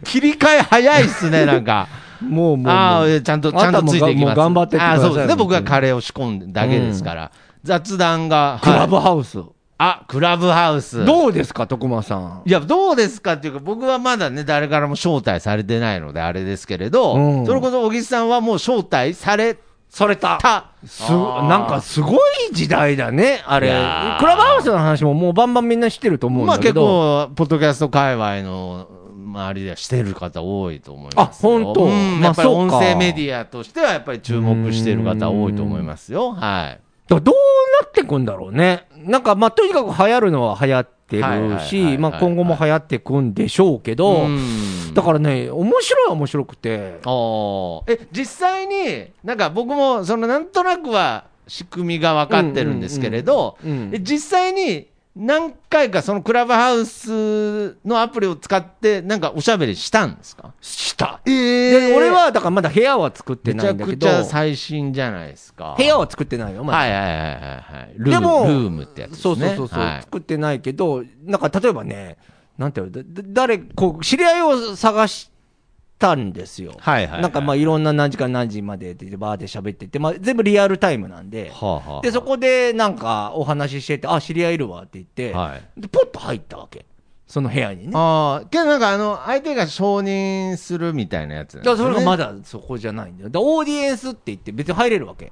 [SPEAKER 2] 切り替え早いっすね、なんか。
[SPEAKER 4] もうもうもう。
[SPEAKER 2] ああ、ちゃんと、ちゃんとついていきます。
[SPEAKER 4] あとはもうが頑張ってってください
[SPEAKER 2] あーそうで
[SPEAKER 4] 本
[SPEAKER 2] すね、
[SPEAKER 4] 当に
[SPEAKER 2] 僕がカレーを仕込んでだけですから。雑談が。
[SPEAKER 4] クラブ
[SPEAKER 2] はい
[SPEAKER 4] ハウス。
[SPEAKER 2] あ、クラブハウス。
[SPEAKER 4] どうですか、徳間さん。
[SPEAKER 2] いや、どうですかっていうか、僕はまだね、誰からも招待されてないので、あれですけれど、
[SPEAKER 4] うん
[SPEAKER 2] それこそ小木さんはもう招待され
[SPEAKER 4] それた
[SPEAKER 2] た。
[SPEAKER 4] す、なんかすごい時代だね、あれ。
[SPEAKER 2] い
[SPEAKER 4] ク
[SPEAKER 2] やー
[SPEAKER 4] ラブハウスの話ももうバンバンみんな知ってると思うん
[SPEAKER 2] まあ
[SPEAKER 4] だけ
[SPEAKER 2] 結
[SPEAKER 4] ど。
[SPEAKER 2] 構、ポッドキャスト界隈の周りではしてる方多いと思い
[SPEAKER 4] あ
[SPEAKER 2] ますよ。
[SPEAKER 4] 本当
[SPEAKER 2] う
[SPEAKER 4] ま
[SPEAKER 2] ん、
[SPEAKER 4] あ
[SPEAKER 2] やっぱり
[SPEAKER 4] そう
[SPEAKER 2] 音
[SPEAKER 4] か
[SPEAKER 2] 声メディアとしてはやっぱり注目してる方多いと思いますよ。は
[SPEAKER 4] だ
[SPEAKER 2] い。
[SPEAKER 4] からどうなってくんだろうね。なんかまあとにかく流行るのは流行って
[SPEAKER 2] はいはい
[SPEAKER 4] る
[SPEAKER 2] はいはい
[SPEAKER 4] し、まあ今後も流行ってくんでしょうけど、
[SPEAKER 2] ん
[SPEAKER 4] だからね、面白いは面白くて。
[SPEAKER 2] おーえ、実際に、なんか僕も、そのなんとなくは仕組みが分かってるんですけれど、
[SPEAKER 4] うんうんうんうん
[SPEAKER 2] え実際に何回かそのクラブハウスのアプリを使って、なんかおしゃべりしたんですか
[SPEAKER 4] した。
[SPEAKER 2] え
[SPEAKER 4] で俺はだからまだ部屋は作って
[SPEAKER 2] め
[SPEAKER 4] な
[SPEAKER 2] ち
[SPEAKER 4] い
[SPEAKER 2] ゃ
[SPEAKER 4] んだけ
[SPEAKER 2] く
[SPEAKER 4] ど
[SPEAKER 2] ち、ゃ最新じゃないですか。
[SPEAKER 4] 部屋は作ってないよ、まだ。
[SPEAKER 2] はいはいはいはいはい。ルーム
[SPEAKER 4] でも
[SPEAKER 2] ルームってやつです
[SPEAKER 4] そ
[SPEAKER 2] ね。
[SPEAKER 4] うそうそうそう、
[SPEAKER 2] はい
[SPEAKER 4] 作ってないけど、なんか例えばね、なんていうの、だだ誰、こう、知り合いを探したんですよ。
[SPEAKER 2] はいはいはい
[SPEAKER 4] なんかまあいろんな何時から何時までってバーで喋ってて、まあ全部リアルタイムなんで、
[SPEAKER 2] はあはあはあ
[SPEAKER 4] で、そこでなんかお話ししてて、あ、知り合いいるわって言って、
[SPEAKER 2] はい
[SPEAKER 4] でポッと入ったわけ。その部屋にね。
[SPEAKER 2] ああ、けどなんかあの、相手が承認するみたいなやつなん
[SPEAKER 4] だからそれがま
[SPEAKER 2] だ。
[SPEAKER 4] だそこじゃないんだよ。だからオーディエンスって言って別に入れるわけ。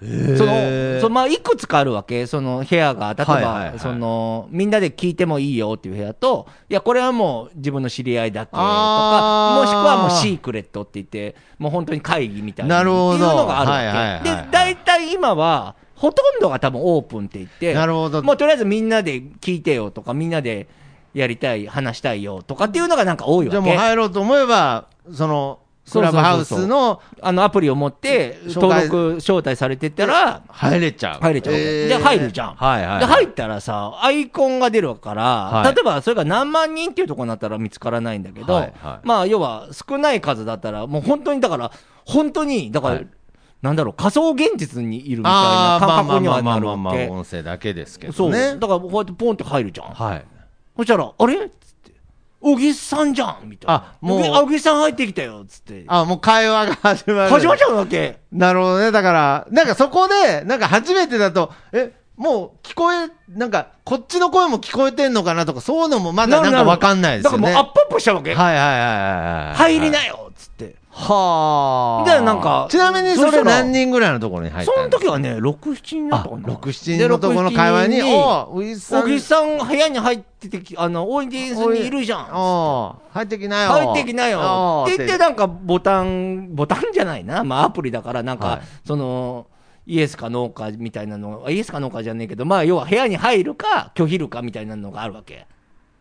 [SPEAKER 4] その、そのまあ、いくつかあるわけ。その部屋が、例えば、
[SPEAKER 2] はいはいはい
[SPEAKER 4] その、みんなで聞いてもいいよっていう部屋と、いや、これはもう自分の知り合いだけと
[SPEAKER 2] あ
[SPEAKER 4] か、
[SPEAKER 2] ー
[SPEAKER 4] もしくはもうシークレットって言って、もう本当に会議みたいな。
[SPEAKER 2] なるほど
[SPEAKER 4] っていうのがあるわけ。
[SPEAKER 2] はいはいはいはい
[SPEAKER 4] で、大体今は、ほとんどが多分オープンって言って、
[SPEAKER 2] なるほど
[SPEAKER 4] もうとりあえずみんなで聞いてよとか、みんなでやりたい、話したいよとかっていうのがなんか多いわ
[SPEAKER 2] じゃあ
[SPEAKER 4] け。
[SPEAKER 2] もう入ろうと思えば、その、クラブハウスの
[SPEAKER 4] あのアプリを持って、
[SPEAKER 2] 紹
[SPEAKER 4] 登
[SPEAKER 2] 介
[SPEAKER 4] 録、招待されてたら、
[SPEAKER 2] 入れちゃう。
[SPEAKER 4] 入れちゃうわけ、
[SPEAKER 2] えー
[SPEAKER 4] で、入るじゃん。
[SPEAKER 2] はいはい。
[SPEAKER 4] で、入ったらさ、アイコンが出るから、
[SPEAKER 2] はい
[SPEAKER 4] 例えばそれが何万人っていうところになったら見つからないんだけど、
[SPEAKER 2] はいはい
[SPEAKER 4] まあ、要は少ない数だったら、もう本当にだから、本当に、だから、
[SPEAKER 2] はい
[SPEAKER 4] なんだろう、仮想現実にいるみたい
[SPEAKER 2] あ
[SPEAKER 4] な感
[SPEAKER 2] あ、まあまあ
[SPEAKER 4] 覚に
[SPEAKER 2] ま
[SPEAKER 4] は
[SPEAKER 2] あま
[SPEAKER 4] な
[SPEAKER 2] あ
[SPEAKER 4] る
[SPEAKER 2] まあ
[SPEAKER 4] わ
[SPEAKER 2] まあ、
[SPEAKER 4] け。
[SPEAKER 2] 音声だけですけ
[SPEAKER 4] そ
[SPEAKER 2] ど
[SPEAKER 4] う。
[SPEAKER 2] ね
[SPEAKER 4] だ。から、こうやってポンって入るじゃん。
[SPEAKER 2] はい。
[SPEAKER 4] そしたら、あれっつって、小木さんじゃんみたいな。
[SPEAKER 2] あもう
[SPEAKER 4] 小木あ小木さん入ってきたよっつって。
[SPEAKER 2] あもう会話が始まる。
[SPEAKER 4] 始まっちゃうわけ。
[SPEAKER 2] なるほどね。だから、なんかそこで、なんか初めてだと、え、もう聞こえ、なんか、こっちの声も聞こえてんのかなとか、そういうのもまだなんかわかんないですよね。
[SPEAKER 4] だからもうアップアップしちゃうわけ。
[SPEAKER 2] はいはいはいはい。
[SPEAKER 4] 入り
[SPEAKER 2] い。
[SPEAKER 4] なよっつって。
[SPEAKER 2] はあ。
[SPEAKER 4] でなんか
[SPEAKER 2] ちなみにそ
[SPEAKER 4] そしたら
[SPEAKER 2] れ何人ぐらいのところに入った
[SPEAKER 4] そ
[SPEAKER 2] ん
[SPEAKER 4] の時はね、6、7人だ
[SPEAKER 2] あ、
[SPEAKER 4] ったかな。
[SPEAKER 2] 6、7人のところの会話に、
[SPEAKER 4] で
[SPEAKER 2] おう、ウィスさん。
[SPEAKER 4] 小木さん部屋に入っててき、あの、オーディエンスにいるじゃん。
[SPEAKER 2] おう入ってきなよ。
[SPEAKER 4] 入ってきなよ
[SPEAKER 2] お。
[SPEAKER 4] っ
[SPEAKER 2] う
[SPEAKER 4] て言って、なんかボタン、ボタンじゃないな。まあアプリだから、なんか、
[SPEAKER 2] はい
[SPEAKER 4] その、イエスかノーかみたいなの、あイエスかノーかじゃねえけど、まあ要は部屋に入るか拒否るかみたいなのがあるわけ。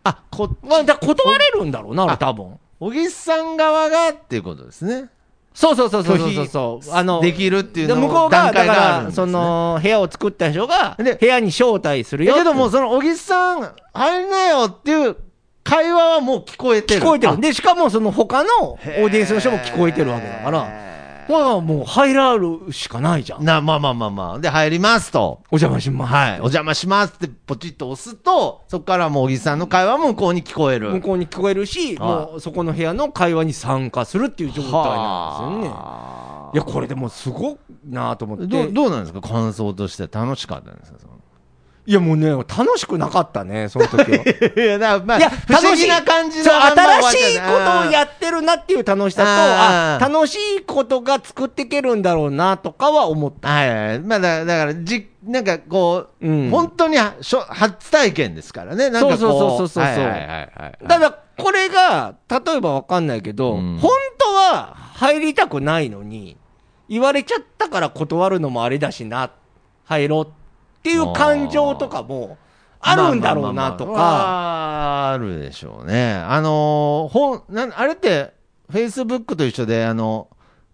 [SPEAKER 2] あ、こ、
[SPEAKER 4] まあだから断れるんだろうな、俺多分。
[SPEAKER 2] 小木さん側がっていうことですね。
[SPEAKER 4] そうそうそうそうそう
[SPEAKER 2] 拒否
[SPEAKER 4] そう。あの、
[SPEAKER 2] できるっていう
[SPEAKER 4] で
[SPEAKER 2] のも
[SPEAKER 4] 向こうが、
[SPEAKER 2] 段階
[SPEAKER 4] だか
[SPEAKER 2] があるん
[SPEAKER 4] ら、
[SPEAKER 2] です
[SPEAKER 4] そ
[SPEAKER 2] ね
[SPEAKER 4] の、部屋を作った人が、
[SPEAKER 2] で
[SPEAKER 4] 部屋に招待する
[SPEAKER 2] だ
[SPEAKER 4] よ。
[SPEAKER 2] けども、、その小木さん、入りなよっていう会話はもう聞こえてる。
[SPEAKER 4] 聞こえて
[SPEAKER 2] あ
[SPEAKER 4] る。で、しかもその他のオーディエンスの人も聞こえてるわけだから、
[SPEAKER 2] ね。
[SPEAKER 4] まあもう入らるしかないじゃん。
[SPEAKER 2] な、まあまあまあまあ。で、入りますと。
[SPEAKER 4] お邪魔します。
[SPEAKER 2] はい。お邪魔しますってポチッと押すと、そこからもう小木さんの会話も向こうに聞こえる。
[SPEAKER 4] 向こうに聞こえるし、
[SPEAKER 2] はい
[SPEAKER 4] もうそこの部屋の会話に参加するっていう状態なんですよね。
[SPEAKER 2] はい
[SPEAKER 4] や、これでもすごくなと思って。
[SPEAKER 2] どうどうなんですか感想として楽しかったんですかその
[SPEAKER 4] いや、もうね、楽しくなかったね、その時は。
[SPEAKER 2] いや、だからまあ、
[SPEAKER 4] いや、
[SPEAKER 2] 不思議な感じの
[SPEAKER 4] そう
[SPEAKER 2] まんま終わっちゃう
[SPEAKER 4] 新しいことをやってるなっていう楽しさと、
[SPEAKER 2] あ
[SPEAKER 4] あ
[SPEAKER 2] ー
[SPEAKER 4] 楽しいことが作っていけるんだろうなとかは思った。
[SPEAKER 2] はいはいはい。まあ、だだから、じ、なんかこう、
[SPEAKER 4] うん
[SPEAKER 2] 本当にはしょ初体験ですからね。なんかこう。
[SPEAKER 4] そうそうそうそうそう
[SPEAKER 2] はいはいはいはい。
[SPEAKER 4] ただ、これが、例えばわかんないけど、
[SPEAKER 2] うん
[SPEAKER 4] 本当は入りたくないのに、言われちゃったから断るのもあれだしな、入ろうっていう感情とかも、あるんだろうなと
[SPEAKER 2] まあまあま
[SPEAKER 4] か、
[SPEAKER 2] あまああるでしょうね。あのー、本、なん、あれって、フェイスブックと一緒で、あの、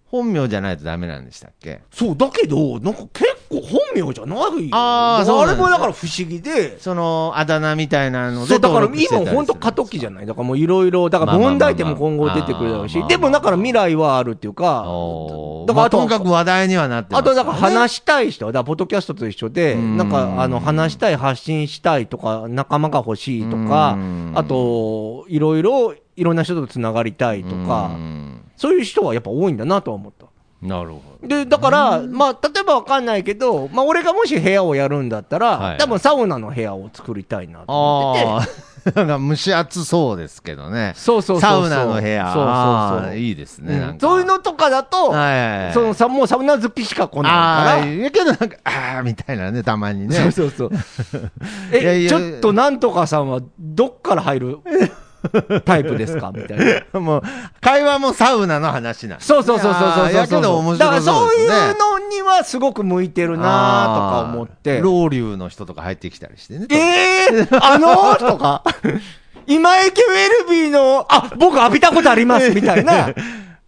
[SPEAKER 2] 本名じゃないとダメなんでしたっけ
[SPEAKER 4] そう、だけど、なんか結構本名じゃないよ
[SPEAKER 2] あーそう
[SPEAKER 4] あ
[SPEAKER 2] な
[SPEAKER 4] れ
[SPEAKER 2] んです
[SPEAKER 4] もだから不思議で、
[SPEAKER 2] その、あだ名みたいなの
[SPEAKER 4] そ
[SPEAKER 2] で
[SPEAKER 4] うだから
[SPEAKER 2] 登録してた
[SPEAKER 4] 今
[SPEAKER 2] りする
[SPEAKER 4] 本当過渡期じゃないだからもういろいろだから
[SPEAKER 2] まあまあまあ
[SPEAKER 4] 問題点も今後出てくるだろう
[SPEAKER 2] あー
[SPEAKER 4] し
[SPEAKER 2] まあまあ
[SPEAKER 4] でもだから未来はあるっていうか
[SPEAKER 2] おー
[SPEAKER 4] だか
[SPEAKER 2] ま
[SPEAKER 4] ら
[SPEAKER 2] あ
[SPEAKER 4] あと
[SPEAKER 2] とにかく話題にはなってま
[SPEAKER 4] あ
[SPEAKER 2] す
[SPEAKER 4] とだから話したい人はだからポッドキャストと一緒で
[SPEAKER 2] ん
[SPEAKER 4] なんかあの話したい発信したいとか仲間が欲しいとか
[SPEAKER 2] うん
[SPEAKER 4] あといろいろいろんな人とつながりたいとか
[SPEAKER 2] うん
[SPEAKER 4] そういう人はやっぱ多いんだなとは思った。
[SPEAKER 2] なるほど。
[SPEAKER 4] で、だから、まあ、例えばわかんないけど、まあ、俺がもし部屋をやるんだったら、
[SPEAKER 2] はい
[SPEAKER 4] 多分サウナの部屋を作りたいなと思ってて、
[SPEAKER 2] ああ、 なんか蒸し暑そうですけどね。
[SPEAKER 4] そうそうそうそう
[SPEAKER 2] サウナの部屋。
[SPEAKER 4] そうそう
[SPEAKER 2] あ
[SPEAKER 4] そ
[SPEAKER 2] ー
[SPEAKER 4] う
[SPEAKER 2] いいですね。
[SPEAKER 4] うん
[SPEAKER 2] なんか
[SPEAKER 4] そういうのとかだと、
[SPEAKER 2] はいはいはい
[SPEAKER 4] そのさもうサウナ好きしか来
[SPEAKER 2] あ
[SPEAKER 4] な
[SPEAKER 2] あ、
[SPEAKER 4] い
[SPEAKER 2] いやけどなんか、ああ、みたいなね、たまに
[SPEAKER 4] か
[SPEAKER 2] ね。
[SPEAKER 4] ら、 そうそうそうえ
[SPEAKER 2] いやいや
[SPEAKER 4] ちょっとなんとかさんはどっから入るタイプですかみたい な。
[SPEAKER 2] もう、会話もサウナの話なんです
[SPEAKER 4] そ
[SPEAKER 2] ね
[SPEAKER 4] うそうそうそうそう
[SPEAKER 2] あ
[SPEAKER 4] そう
[SPEAKER 2] ーやけど面
[SPEAKER 4] だから
[SPEAKER 2] 白そ
[SPEAKER 4] そうう
[SPEAKER 2] です
[SPEAKER 4] い
[SPEAKER 2] ね。
[SPEAKER 4] うのにはすごく向いてるなーとか思って
[SPEAKER 2] あー老流の人とか入ってきたりしてね。
[SPEAKER 4] ええー、あのー、と か今池ウェルビーのあ僕浴びたことありますみたい な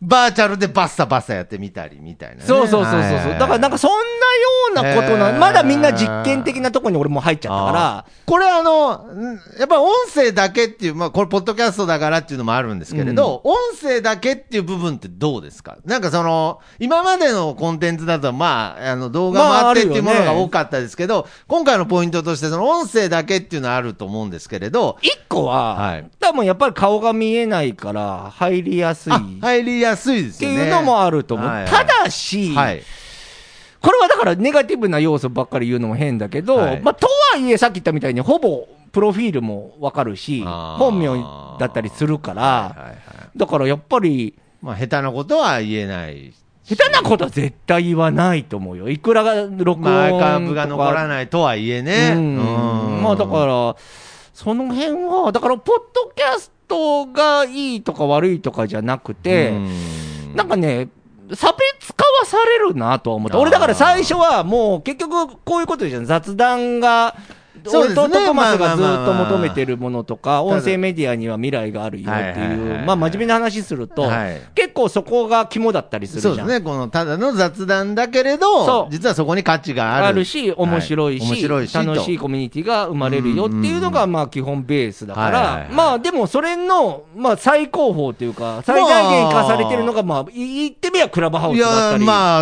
[SPEAKER 2] バーチャルでバッサバッサやってみたりみたいなね、
[SPEAKER 4] そうそうそうそうそう、だからなん
[SPEAKER 2] か
[SPEAKER 4] かそんなようなことな、
[SPEAKER 2] えー
[SPEAKER 4] まだみんな実験的なとこに俺も入っちゃったから
[SPEAKER 2] これあの、んやっぱ音声だけっていう、まあこれポッドキャストだからっていうのもあるんですけれど、音声だけっていう部分ってどうですかなんかその、今までのコンテンツだと、まあ、あの動画も
[SPEAKER 4] まあ
[SPEAKER 2] あ
[SPEAKER 4] あ
[SPEAKER 2] ってっ
[SPEAKER 4] る
[SPEAKER 2] て
[SPEAKER 4] よね
[SPEAKER 2] いうものが多かったですけど、今回のポイントとしてその音声だけっていうのはあると思うんですけれど、
[SPEAKER 4] 一個は、
[SPEAKER 2] はい
[SPEAKER 4] 多分やっぱり顔が見えないから入りやすいっ
[SPEAKER 2] あ入りやすいです
[SPEAKER 4] て
[SPEAKER 2] よね。
[SPEAKER 4] いうのもあると思う。
[SPEAKER 2] はいはい
[SPEAKER 4] ただし、
[SPEAKER 2] はい。
[SPEAKER 4] これはだからネガティブな要素ばっかり言うのも変だけど、
[SPEAKER 2] はい
[SPEAKER 4] まあとはいえさっき言ったみたいにほぼプロフィールもわかるし、
[SPEAKER 2] あー
[SPEAKER 4] 本名だったりするから、
[SPEAKER 2] はいはいはい
[SPEAKER 4] だからやっぱり、
[SPEAKER 2] まあ、下手なことは言えない。
[SPEAKER 4] 下手なことは絶対言わないと思うよ。いくらが録音と
[SPEAKER 2] まあ、アーカイブが
[SPEAKER 4] か
[SPEAKER 2] 残らないとはいえね。
[SPEAKER 4] うんまあだから、その辺は、だから、ポッドキャストがいいとか悪いとかじゃなくて、
[SPEAKER 2] うん
[SPEAKER 4] なんかね、差別化はされるなとは思った。
[SPEAKER 2] あー
[SPEAKER 4] 俺だから最初はもう結局こういうことじゃん。雑談が、
[SPEAKER 2] そうで
[SPEAKER 4] 俺
[SPEAKER 2] すね
[SPEAKER 4] とトコマス
[SPEAKER 2] ま
[SPEAKER 4] が
[SPEAKER 2] あ
[SPEAKER 4] ず
[SPEAKER 2] ま
[SPEAKER 4] っ
[SPEAKER 2] あまあまあ
[SPEAKER 4] と求めてるものとか、
[SPEAKER 2] だ
[SPEAKER 4] 音声メディアには未来があるよって
[SPEAKER 2] はいはいはい
[SPEAKER 4] い
[SPEAKER 2] は
[SPEAKER 4] う、
[SPEAKER 2] い
[SPEAKER 4] まあ真面目な話すると
[SPEAKER 2] はい、
[SPEAKER 4] 結構そこが肝だったりするじゃ
[SPEAKER 2] そ
[SPEAKER 4] ん
[SPEAKER 2] う。ですね、このただの雑談だけれど
[SPEAKER 4] そ、う
[SPEAKER 2] 実はそこに価値がある
[SPEAKER 4] あるし、面白いし、
[SPEAKER 2] は面白いし
[SPEAKER 4] 楽しいコミュニティが生まれるよっていうのが、まあ、基本ベースだか
[SPEAKER 2] はいはい
[SPEAKER 4] ら
[SPEAKER 2] は、い
[SPEAKER 4] まあ、でも、それの、まあ、最高峰というか、最大限化されてるのが、まあ、い言ってみればクラブハ
[SPEAKER 2] と
[SPEAKER 4] ウ
[SPEAKER 2] い
[SPEAKER 4] スだっ
[SPEAKER 2] や
[SPEAKER 4] た、り。
[SPEAKER 2] まあ、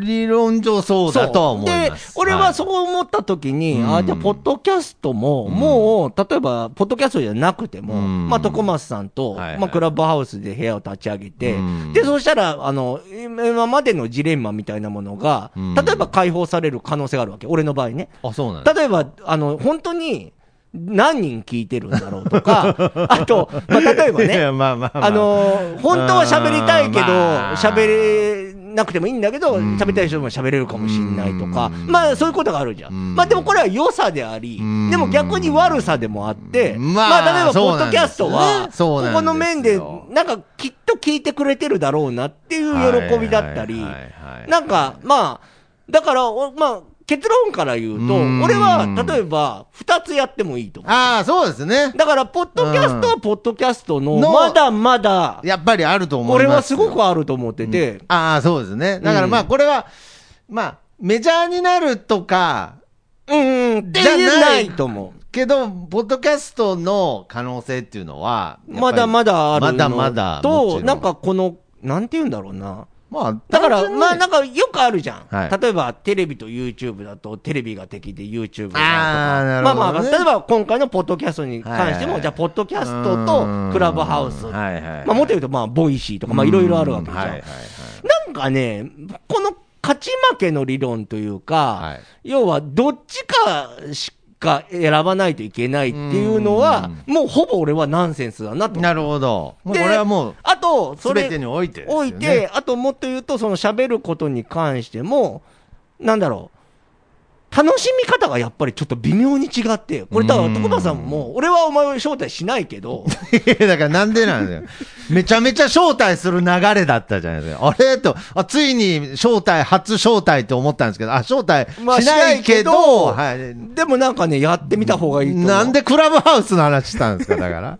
[SPEAKER 2] 理論上そうだとは思います。、
[SPEAKER 4] で、俺はそうう思った時に、
[SPEAKER 2] うん
[SPEAKER 4] あじゃあ、ポッドキャストも、もう、例えば、ポッドキャストじゃなくても、
[SPEAKER 2] うん
[SPEAKER 4] まあ、徳松さんと、
[SPEAKER 2] はいはい
[SPEAKER 4] まあ、クラブハウスで部屋を立ち上げて、
[SPEAKER 2] うん
[SPEAKER 4] で、そうしたら、あの、今までのジレンマみたいなものが、
[SPEAKER 2] うん
[SPEAKER 4] 例えば解放される可能性があるわけ。俺の場合ね。
[SPEAKER 2] あ、そうなんだ。
[SPEAKER 4] 例えば、あの、本当に何人聞いてるんだろうと か、あと、まあ、例えば
[SPEAKER 2] い
[SPEAKER 4] ね、
[SPEAKER 2] やまあまあまあ
[SPEAKER 4] あの、本当は喋りたいけど
[SPEAKER 2] うんまあ、
[SPEAKER 4] 喋れなくてもいいんだけど、
[SPEAKER 2] ん
[SPEAKER 4] 喋りたい人も喋れるかもしんないとか、
[SPEAKER 2] うん
[SPEAKER 4] まあそういうことがあるじゃ
[SPEAKER 2] うん
[SPEAKER 4] ん。まあでもこれは良さであり
[SPEAKER 2] うん、
[SPEAKER 4] でも逆に悪さでもあって、
[SPEAKER 2] まあ
[SPEAKER 4] まあ例えば、
[SPEAKER 2] そ
[SPEAKER 4] ポ
[SPEAKER 2] う
[SPEAKER 4] ッ
[SPEAKER 2] な
[SPEAKER 4] ド
[SPEAKER 2] んです
[SPEAKER 4] キ
[SPEAKER 2] よ
[SPEAKER 4] ャストは、こ
[SPEAKER 2] そうなんですよ
[SPEAKER 4] この面で、なんかきっと聞いてくれてるだろうなっていう喜びだったり
[SPEAKER 2] はいはいはいはい、
[SPEAKER 4] なんか、まあ、だから、おまあ、結論から言うと、
[SPEAKER 2] うん
[SPEAKER 4] 俺は、例えば、二つやってもいいと思う。
[SPEAKER 2] ああ、そうですね。
[SPEAKER 4] だから、ポッドキャストはポッドキャストの、
[SPEAKER 2] の
[SPEAKER 4] まだまだ、
[SPEAKER 2] やっぱりあると思います。
[SPEAKER 4] 俺はすごくあると思ってて、
[SPEAKER 2] ああ、そうですね。だから
[SPEAKER 4] うん
[SPEAKER 2] まあ、これは、まあ、メジャーになるとか、
[SPEAKER 4] うん、うん、って
[SPEAKER 2] じゃない
[SPEAKER 4] いうのはないと思う。
[SPEAKER 2] けど、ポッドキャストの可能性っていうのは、やっぱり
[SPEAKER 4] まだまだあるの
[SPEAKER 2] まだまだ。も
[SPEAKER 4] と、
[SPEAKER 2] ちろ
[SPEAKER 4] なんかこの、なんて言うんだろうな。
[SPEAKER 2] まあ、
[SPEAKER 4] だから、
[SPEAKER 2] 単純にね
[SPEAKER 4] まあなんかよくあるじゃん、
[SPEAKER 2] はい
[SPEAKER 4] 例えばテレビと YouTube だとテレビが敵で YouTube がと
[SPEAKER 2] あー
[SPEAKER 4] か
[SPEAKER 2] なるほどね
[SPEAKER 4] まあまあ例えば今回のポッドキャストに関しても、
[SPEAKER 2] はいはい
[SPEAKER 4] じゃあポッドキャストとクラブハウス、
[SPEAKER 2] うんはいはいはい
[SPEAKER 4] まあ、もっと言うとまあボイシーとかまあいろいろあるわけじゃん、
[SPEAKER 2] はいはいはい
[SPEAKER 4] なんかねこの勝ち負けの理論というか、
[SPEAKER 2] はい
[SPEAKER 4] 要はどっちかしか選ばないといけないっていうのはもうほぼ俺はナンセンスだなと
[SPEAKER 2] なるほど。もう
[SPEAKER 4] で
[SPEAKER 2] これはもう、
[SPEAKER 4] あと、それ、
[SPEAKER 2] 全てにおいてですよ
[SPEAKER 4] お
[SPEAKER 2] ね
[SPEAKER 4] いて、あともっと言うと、その喋ることに関しても、なんだろう。楽しみ方がやっぱりちょっと微妙に違って、これ多
[SPEAKER 2] うん
[SPEAKER 4] 分、徳馬さんも、俺はお前を招待しないけ ど、
[SPEAKER 2] いやだからなんでなんだよ。めちゃめちゃ招待する流れだったじゃないですか。あれと、あ、ついに招待、初招待って思ったんですけど、あ、招待
[SPEAKER 4] まあ
[SPEAKER 2] しないけど、
[SPEAKER 4] し
[SPEAKER 2] は
[SPEAKER 4] ないいけどでもなんかね、やってみた方がいいと思う
[SPEAKER 2] なんでクラブハウスの話したんですか、だから。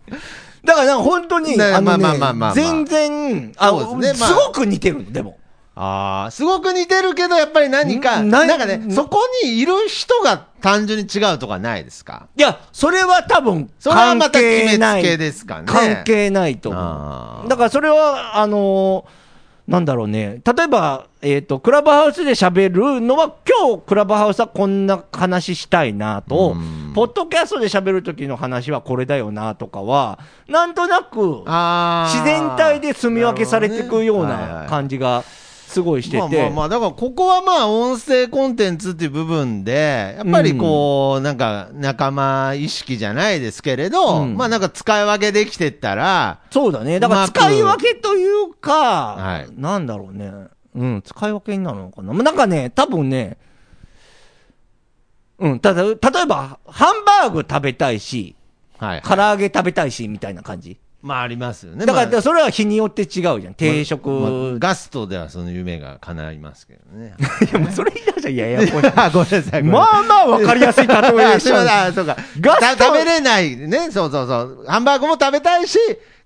[SPEAKER 4] だからなんか本当に、
[SPEAKER 2] ね
[SPEAKER 4] あ
[SPEAKER 2] まあ
[SPEAKER 4] のね
[SPEAKER 2] まあまあまあまあ
[SPEAKER 4] 全然、あ
[SPEAKER 2] そうですねまあ
[SPEAKER 4] すごく似てるの、でも。
[SPEAKER 2] ああ、すごく似てるけど、やっぱり何か、
[SPEAKER 4] んな
[SPEAKER 2] ないんか
[SPEAKER 4] ん
[SPEAKER 2] ね、そこにいる人が単純に違うとかないですか
[SPEAKER 4] いや、それは多分、
[SPEAKER 2] それはま
[SPEAKER 4] 関
[SPEAKER 2] た
[SPEAKER 4] 係ない
[SPEAKER 2] 決めつけですかね
[SPEAKER 4] 関係ないと
[SPEAKER 2] あ
[SPEAKER 4] 思
[SPEAKER 2] ー
[SPEAKER 4] う。だからそれは、あのーなんだろうね。例えば、えっ、と、クラブハウスで喋るのは、今日、クラブハウスはこんな話したいなと
[SPEAKER 2] うん、
[SPEAKER 4] ポッドキャストで喋る時の話はこれだよなとかは、なんとなく、
[SPEAKER 2] ああ。
[SPEAKER 4] 自然体で住み分けされていくような感じが、すごいして
[SPEAKER 2] まあまあ
[SPEAKER 4] て。
[SPEAKER 2] まあ、だからここはまあ音声コンテンツっていう部分で、やっぱりこう、なんか仲間意識じゃないですけれど、
[SPEAKER 4] うん
[SPEAKER 2] まあなんか使い分けできてったら、
[SPEAKER 4] そうだね。だから
[SPEAKER 2] うまく
[SPEAKER 4] 使い分けというか、
[SPEAKER 2] はい
[SPEAKER 4] なんだろうね。うん、使い分けになるのかな。まあなんかね、多分ね、うん、ただ、例えば、ハンバーグ食べたいし、
[SPEAKER 2] はい。
[SPEAKER 4] 唐揚げ食べたいし、みたいな感じ。
[SPEAKER 2] まあありますよね。
[SPEAKER 4] だから、
[SPEAKER 2] まあ
[SPEAKER 4] それは日によって違うじゃん。定食。
[SPEAKER 2] まあガストではその夢が叶いますけどね。
[SPEAKER 4] いや、もうそれ以外じゃ、いやい や、これ
[SPEAKER 2] あごめんなさい。
[SPEAKER 4] まあまあ分かりやすい例えで
[SPEAKER 2] あす
[SPEAKER 4] し
[SPEAKER 2] い
[SPEAKER 4] ょ
[SPEAKER 2] ませんあそうか。
[SPEAKER 4] ガスト
[SPEAKER 2] た食べれない。ね、そうそうそう。ハンバーグも食べたいし、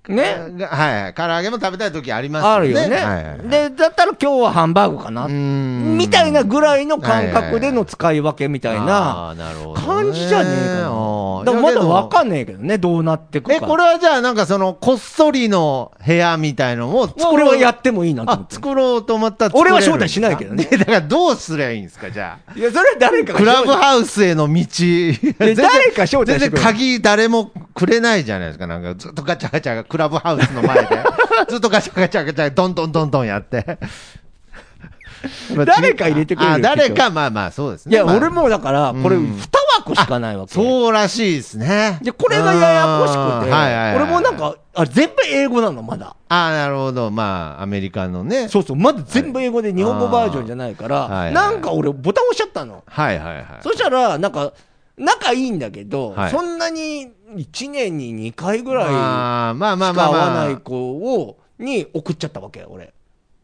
[SPEAKER 4] ね
[SPEAKER 2] がはいはい。唐揚げも食べたい時あります
[SPEAKER 4] あるよね、
[SPEAKER 2] はいはいはい
[SPEAKER 4] で、だったら今日はハンバーグかな。
[SPEAKER 2] うーん
[SPEAKER 4] みたいなぐらいの感覚での使い分けみたいな。
[SPEAKER 2] あーなるほどね
[SPEAKER 4] 感じじゃねえか
[SPEAKER 2] あ
[SPEAKER 4] な。
[SPEAKER 2] ー
[SPEAKER 4] だからまだわか
[SPEAKER 2] い
[SPEAKER 4] んねえけどね、どうなってくか。
[SPEAKER 2] え、これはじゃあ、なんかその、こっそりの部屋みたいのも作ろう、
[SPEAKER 4] これはやってもいいなと思
[SPEAKER 2] あ
[SPEAKER 4] っ、て。
[SPEAKER 2] 作ろうと思ったら
[SPEAKER 4] 俺は招待しないけど ね
[SPEAKER 2] ね。だからどうすりゃいいんですか、じゃあ。
[SPEAKER 4] いや、それは誰かが
[SPEAKER 2] クラブハウスへの道。全然
[SPEAKER 4] 誰か招待して
[SPEAKER 2] 全然
[SPEAKER 4] くれ
[SPEAKER 2] 鍵誰もくれないじゃないですか。なんかずっとガチャガチャがクラブハウスの前 で。ずっとガチャガチャガチャどんどんどんどんやって。
[SPEAKER 4] 誰か入れてくれるよ
[SPEAKER 2] あ誰か、まあまあそうです
[SPEAKER 4] い
[SPEAKER 2] ね。
[SPEAKER 4] や、
[SPEAKER 2] まあ
[SPEAKER 4] 俺もだから、これ二枠しかないわけ。
[SPEAKER 2] そうらしいですね。
[SPEAKER 4] で、これがややこしくて、
[SPEAKER 2] うんはいはいはい
[SPEAKER 4] 俺もなん、か、あ、全部英語なの、まだ。
[SPEAKER 2] ああ、なるほど。まあ、アメリカのね。
[SPEAKER 4] そうそう、まだ全部英語で日本語バージョンじゃないから、
[SPEAKER 2] はいはい
[SPEAKER 4] なんか俺ボタン押しちゃったの。
[SPEAKER 2] はいはいはい。
[SPEAKER 4] そしたら、なんか、仲いいんだけど、
[SPEAKER 2] はい
[SPEAKER 4] そんなに1年に2回ぐらいしか
[SPEAKER 2] まあまあまあま
[SPEAKER 4] 会
[SPEAKER 2] あまあ。
[SPEAKER 4] わない子を、に送っちゃったわけ、俺。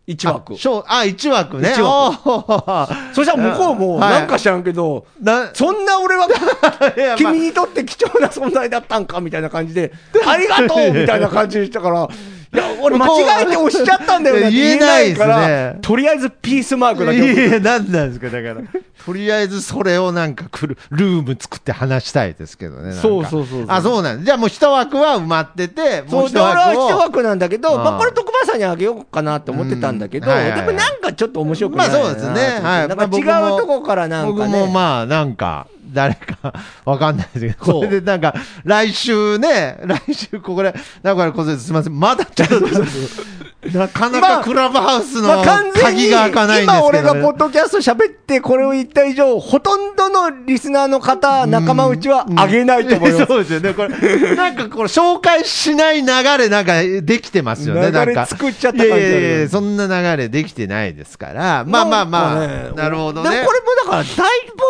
[SPEAKER 4] 1枠。
[SPEAKER 2] あしょうあ、一枠ね。
[SPEAKER 4] 一枠
[SPEAKER 2] おー
[SPEAKER 4] そしたら向こうも、
[SPEAKER 2] はい
[SPEAKER 4] なんか知らんけど、
[SPEAKER 2] な
[SPEAKER 4] そんな俺 は、
[SPEAKER 2] いやまあ
[SPEAKER 4] 君にとって貴重な存在だったんかみたいな感じ で、ありがとうみたいな感じでした から、いや、俺
[SPEAKER 2] 向こう
[SPEAKER 4] 間違えて押しちゃったんだ よね。
[SPEAKER 2] 言えないですね
[SPEAKER 4] からとりあえずピースマークだけ送っ
[SPEAKER 2] いや、なんなんですか、だから。とりあえずそれをなんかくる、ルーム作って話したいですけどね。なんか
[SPEAKER 4] そうそうそうそう
[SPEAKER 2] あ、そうなんですじゃあもう一枠は埋まってて、も
[SPEAKER 4] そうう、
[SPEAKER 2] 一
[SPEAKER 4] だから
[SPEAKER 2] 枠
[SPEAKER 4] 一
[SPEAKER 2] を。
[SPEAKER 4] 枠なんだけど、
[SPEAKER 2] ああ
[SPEAKER 4] まあこれ徳馬さんにあげようかなと思ってたんだけど、
[SPEAKER 2] うんはいはいはい
[SPEAKER 4] でもなんかちょっと面白くないなと思って。
[SPEAKER 2] まあそうですねはい
[SPEAKER 4] なんか違
[SPEAKER 2] まあ僕も
[SPEAKER 4] うとこからなんか
[SPEAKER 2] 僕
[SPEAKER 4] ね。
[SPEAKER 2] もまあなんか、誰かわかんないですけ
[SPEAKER 4] そ
[SPEAKER 2] ど、
[SPEAKER 4] う
[SPEAKER 2] これでなんか、来週ね、来週ここで、名古屋小すいません、まだ ちょっと、なかな
[SPEAKER 4] まあ
[SPEAKER 2] かクラブハウスの
[SPEAKER 4] まあ完全に
[SPEAKER 2] 鍵が開かないんですけど、ね、
[SPEAKER 4] 今俺がポッドキャスト喋ってこれを言った以上、ほとんどのリスナーの方、仲間内 はあげないと思います。
[SPEAKER 2] そうですよね。これ、なんかこれ、紹介しない流れなんかできてますよ
[SPEAKER 4] 流れ
[SPEAKER 2] ね。なんか
[SPEAKER 4] 作っちゃった感じある
[SPEAKER 2] いやいやいや、そんな流れできてないですから。 まあまあまあ、
[SPEAKER 4] んかね
[SPEAKER 2] なるほど
[SPEAKER 4] で
[SPEAKER 2] ね
[SPEAKER 4] もこ。れもだから大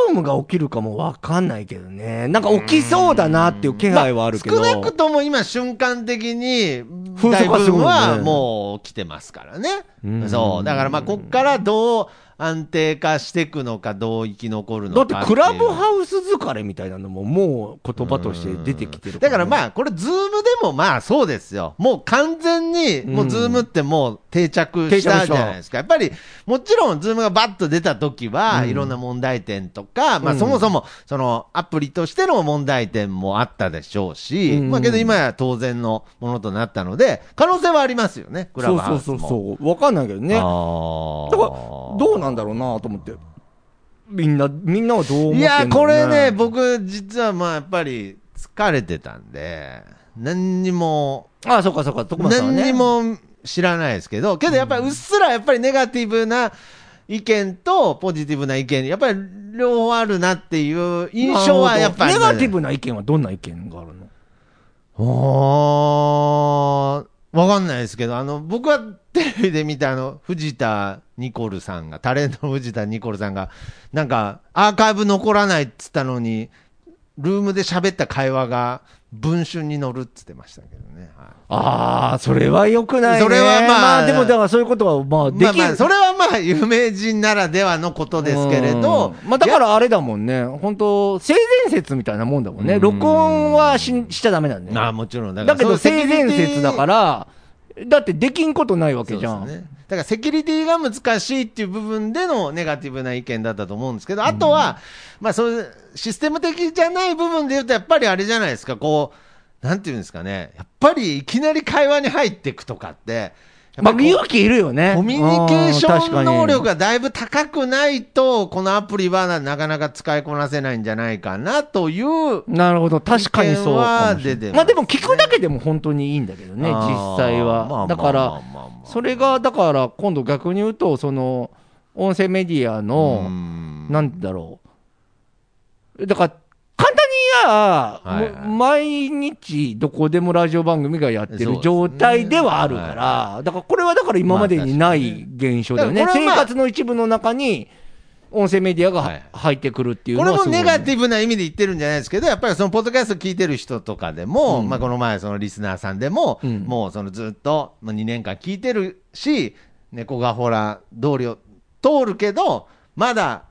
[SPEAKER 4] ブームが起きるかもわかんないけどね。なんか起きそうだなっていう気配はあるけど。
[SPEAKER 2] 少なくとも今瞬間的に、
[SPEAKER 4] 風
[SPEAKER 2] 大
[SPEAKER 4] 速はす
[SPEAKER 2] 部
[SPEAKER 4] ごいね
[SPEAKER 2] 分はもう来てますからね。
[SPEAKER 4] うん
[SPEAKER 2] そう。だからまあ、こっからどう安定化していくのか、どう生き残るの
[SPEAKER 4] だ
[SPEAKER 2] か
[SPEAKER 4] ってクラブハウス疲れみたいなのももう言葉として出てきてる
[SPEAKER 2] だから
[SPEAKER 4] あ
[SPEAKER 2] まあ、これ、ズームでもまあそうですよ。もう完全に、もうズームってもう、定着した
[SPEAKER 4] 定着し
[SPEAKER 2] じ
[SPEAKER 4] た
[SPEAKER 2] ゃないですか。やっぱり、もちろん、ズームがバッと出た時は、いろんな問題点とか、まあ、
[SPEAKER 4] うん
[SPEAKER 2] そもそも、その、アプリとしての問題点もあったでしょうし、
[SPEAKER 4] うん
[SPEAKER 2] まあ、けど今や当然のものとなったので、可能性はありますよね、クラ
[SPEAKER 4] そ
[SPEAKER 2] ブ
[SPEAKER 4] う
[SPEAKER 2] ハ
[SPEAKER 4] そ
[SPEAKER 2] ウ
[SPEAKER 4] う
[SPEAKER 2] ス
[SPEAKER 4] そ
[SPEAKER 2] も。
[SPEAKER 4] うそうわかんないけどねだから
[SPEAKER 2] あー
[SPEAKER 4] どうなんだろうなと思ってみんなみんなはどう思ってん
[SPEAKER 2] い
[SPEAKER 4] だろう
[SPEAKER 2] や、これね、僕、実はまあ、やっぱり、疲れてたんで、何にも、
[SPEAKER 4] あそうかそうか徳松さんは
[SPEAKER 2] 何
[SPEAKER 4] ね
[SPEAKER 2] にも知らないですけど、けどやっぱりうっすらやっぱりネガティブな意見とポジティブな意見、やっぱり両方あるなっていう印象はやっぱり。
[SPEAKER 4] ネガティ。ブな意見はどんな意見があるの
[SPEAKER 2] おー、わかんないですけど、あの、僕はテレビで見たあの、藤田ニコルさんが、タレントの藤田ニコルさんが、なんか、アーカイブ残らないっつったのに、ルームで喋った会話が文春に載るっつってましたけどね。はい
[SPEAKER 4] ああそれはよくないね
[SPEAKER 2] それはまあ
[SPEAKER 4] まあでもだからそういうことはまあで
[SPEAKER 2] まあ
[SPEAKER 4] き
[SPEAKER 2] まあ、
[SPEAKER 4] る
[SPEAKER 2] それはまあ、有名人ならではのことですけれど、
[SPEAKER 4] うんまあ、だからあれだもんね、本当、性善説みたいなもんだもんね、録音はししちゃだめなんだ
[SPEAKER 2] まあ
[SPEAKER 4] よ、ね、
[SPEAKER 2] もちろんだか
[SPEAKER 4] だ
[SPEAKER 2] ら、
[SPEAKER 4] けど、性善説だからら、だってできんことないわ
[SPEAKER 2] そ
[SPEAKER 4] け
[SPEAKER 2] う
[SPEAKER 4] じ
[SPEAKER 2] で
[SPEAKER 4] ゃん。
[SPEAKER 2] すね。だからセキュリティが難しいっていう部分でのネガティブな意見だったと思うんですけど、あとは、まあそういうシステム的じゃない部分で言うと、やっぱりあれじゃないですか、こう、なんていうんですかね、やっぱりいきなり会話に入っていくとかって、やっ
[SPEAKER 4] ま
[SPEAKER 2] ぱ
[SPEAKER 4] あ、
[SPEAKER 2] りこう
[SPEAKER 4] 勇気いるよね。
[SPEAKER 2] コミュニケーション能力
[SPEAKER 4] が。
[SPEAKER 2] がだいぶ高くないと、このアプリはななかなか使いこなせないんじゃないかなという
[SPEAKER 4] なるほど、確かにそうかもしれない。
[SPEAKER 2] 意見は出てます
[SPEAKER 4] まあ、でも聞くだけでも本当にいいんだけどね、実際
[SPEAKER 2] あーまあま
[SPEAKER 4] は。
[SPEAKER 2] あ
[SPEAKER 4] だか
[SPEAKER 2] まあ
[SPEAKER 4] ら、
[SPEAKER 2] まあまあ
[SPEAKER 4] それが、だから、今度逆に言うと、その、音声メディアの、
[SPEAKER 2] うん
[SPEAKER 4] なんだろう。だから、簡単に言えば
[SPEAKER 2] はいはい
[SPEAKER 4] もう毎日どこでもラジオ番組がやって
[SPEAKER 2] そうです
[SPEAKER 4] る
[SPEAKER 2] ね
[SPEAKER 4] 状態ではあるから、だからこれはだから今までにない現象だよね。
[SPEAKER 2] まあ確かに
[SPEAKER 4] 生活の一部の中に音声メディアが
[SPEAKER 2] はい
[SPEAKER 4] 入ってくるっていう
[SPEAKER 2] こ
[SPEAKER 4] の
[SPEAKER 2] れ
[SPEAKER 4] は
[SPEAKER 2] も
[SPEAKER 4] すごいね、
[SPEAKER 2] ネガティブな意味で言ってるんじゃないですけど、やっぱりそのポッドキャスト聞いてる人とかでも、
[SPEAKER 4] うん
[SPEAKER 2] まあこの前、そのリスナーさんでも、
[SPEAKER 4] うん
[SPEAKER 2] もうそのずっとまあ2年間聞いてるし、猫がほら、道理を通るけど、まだ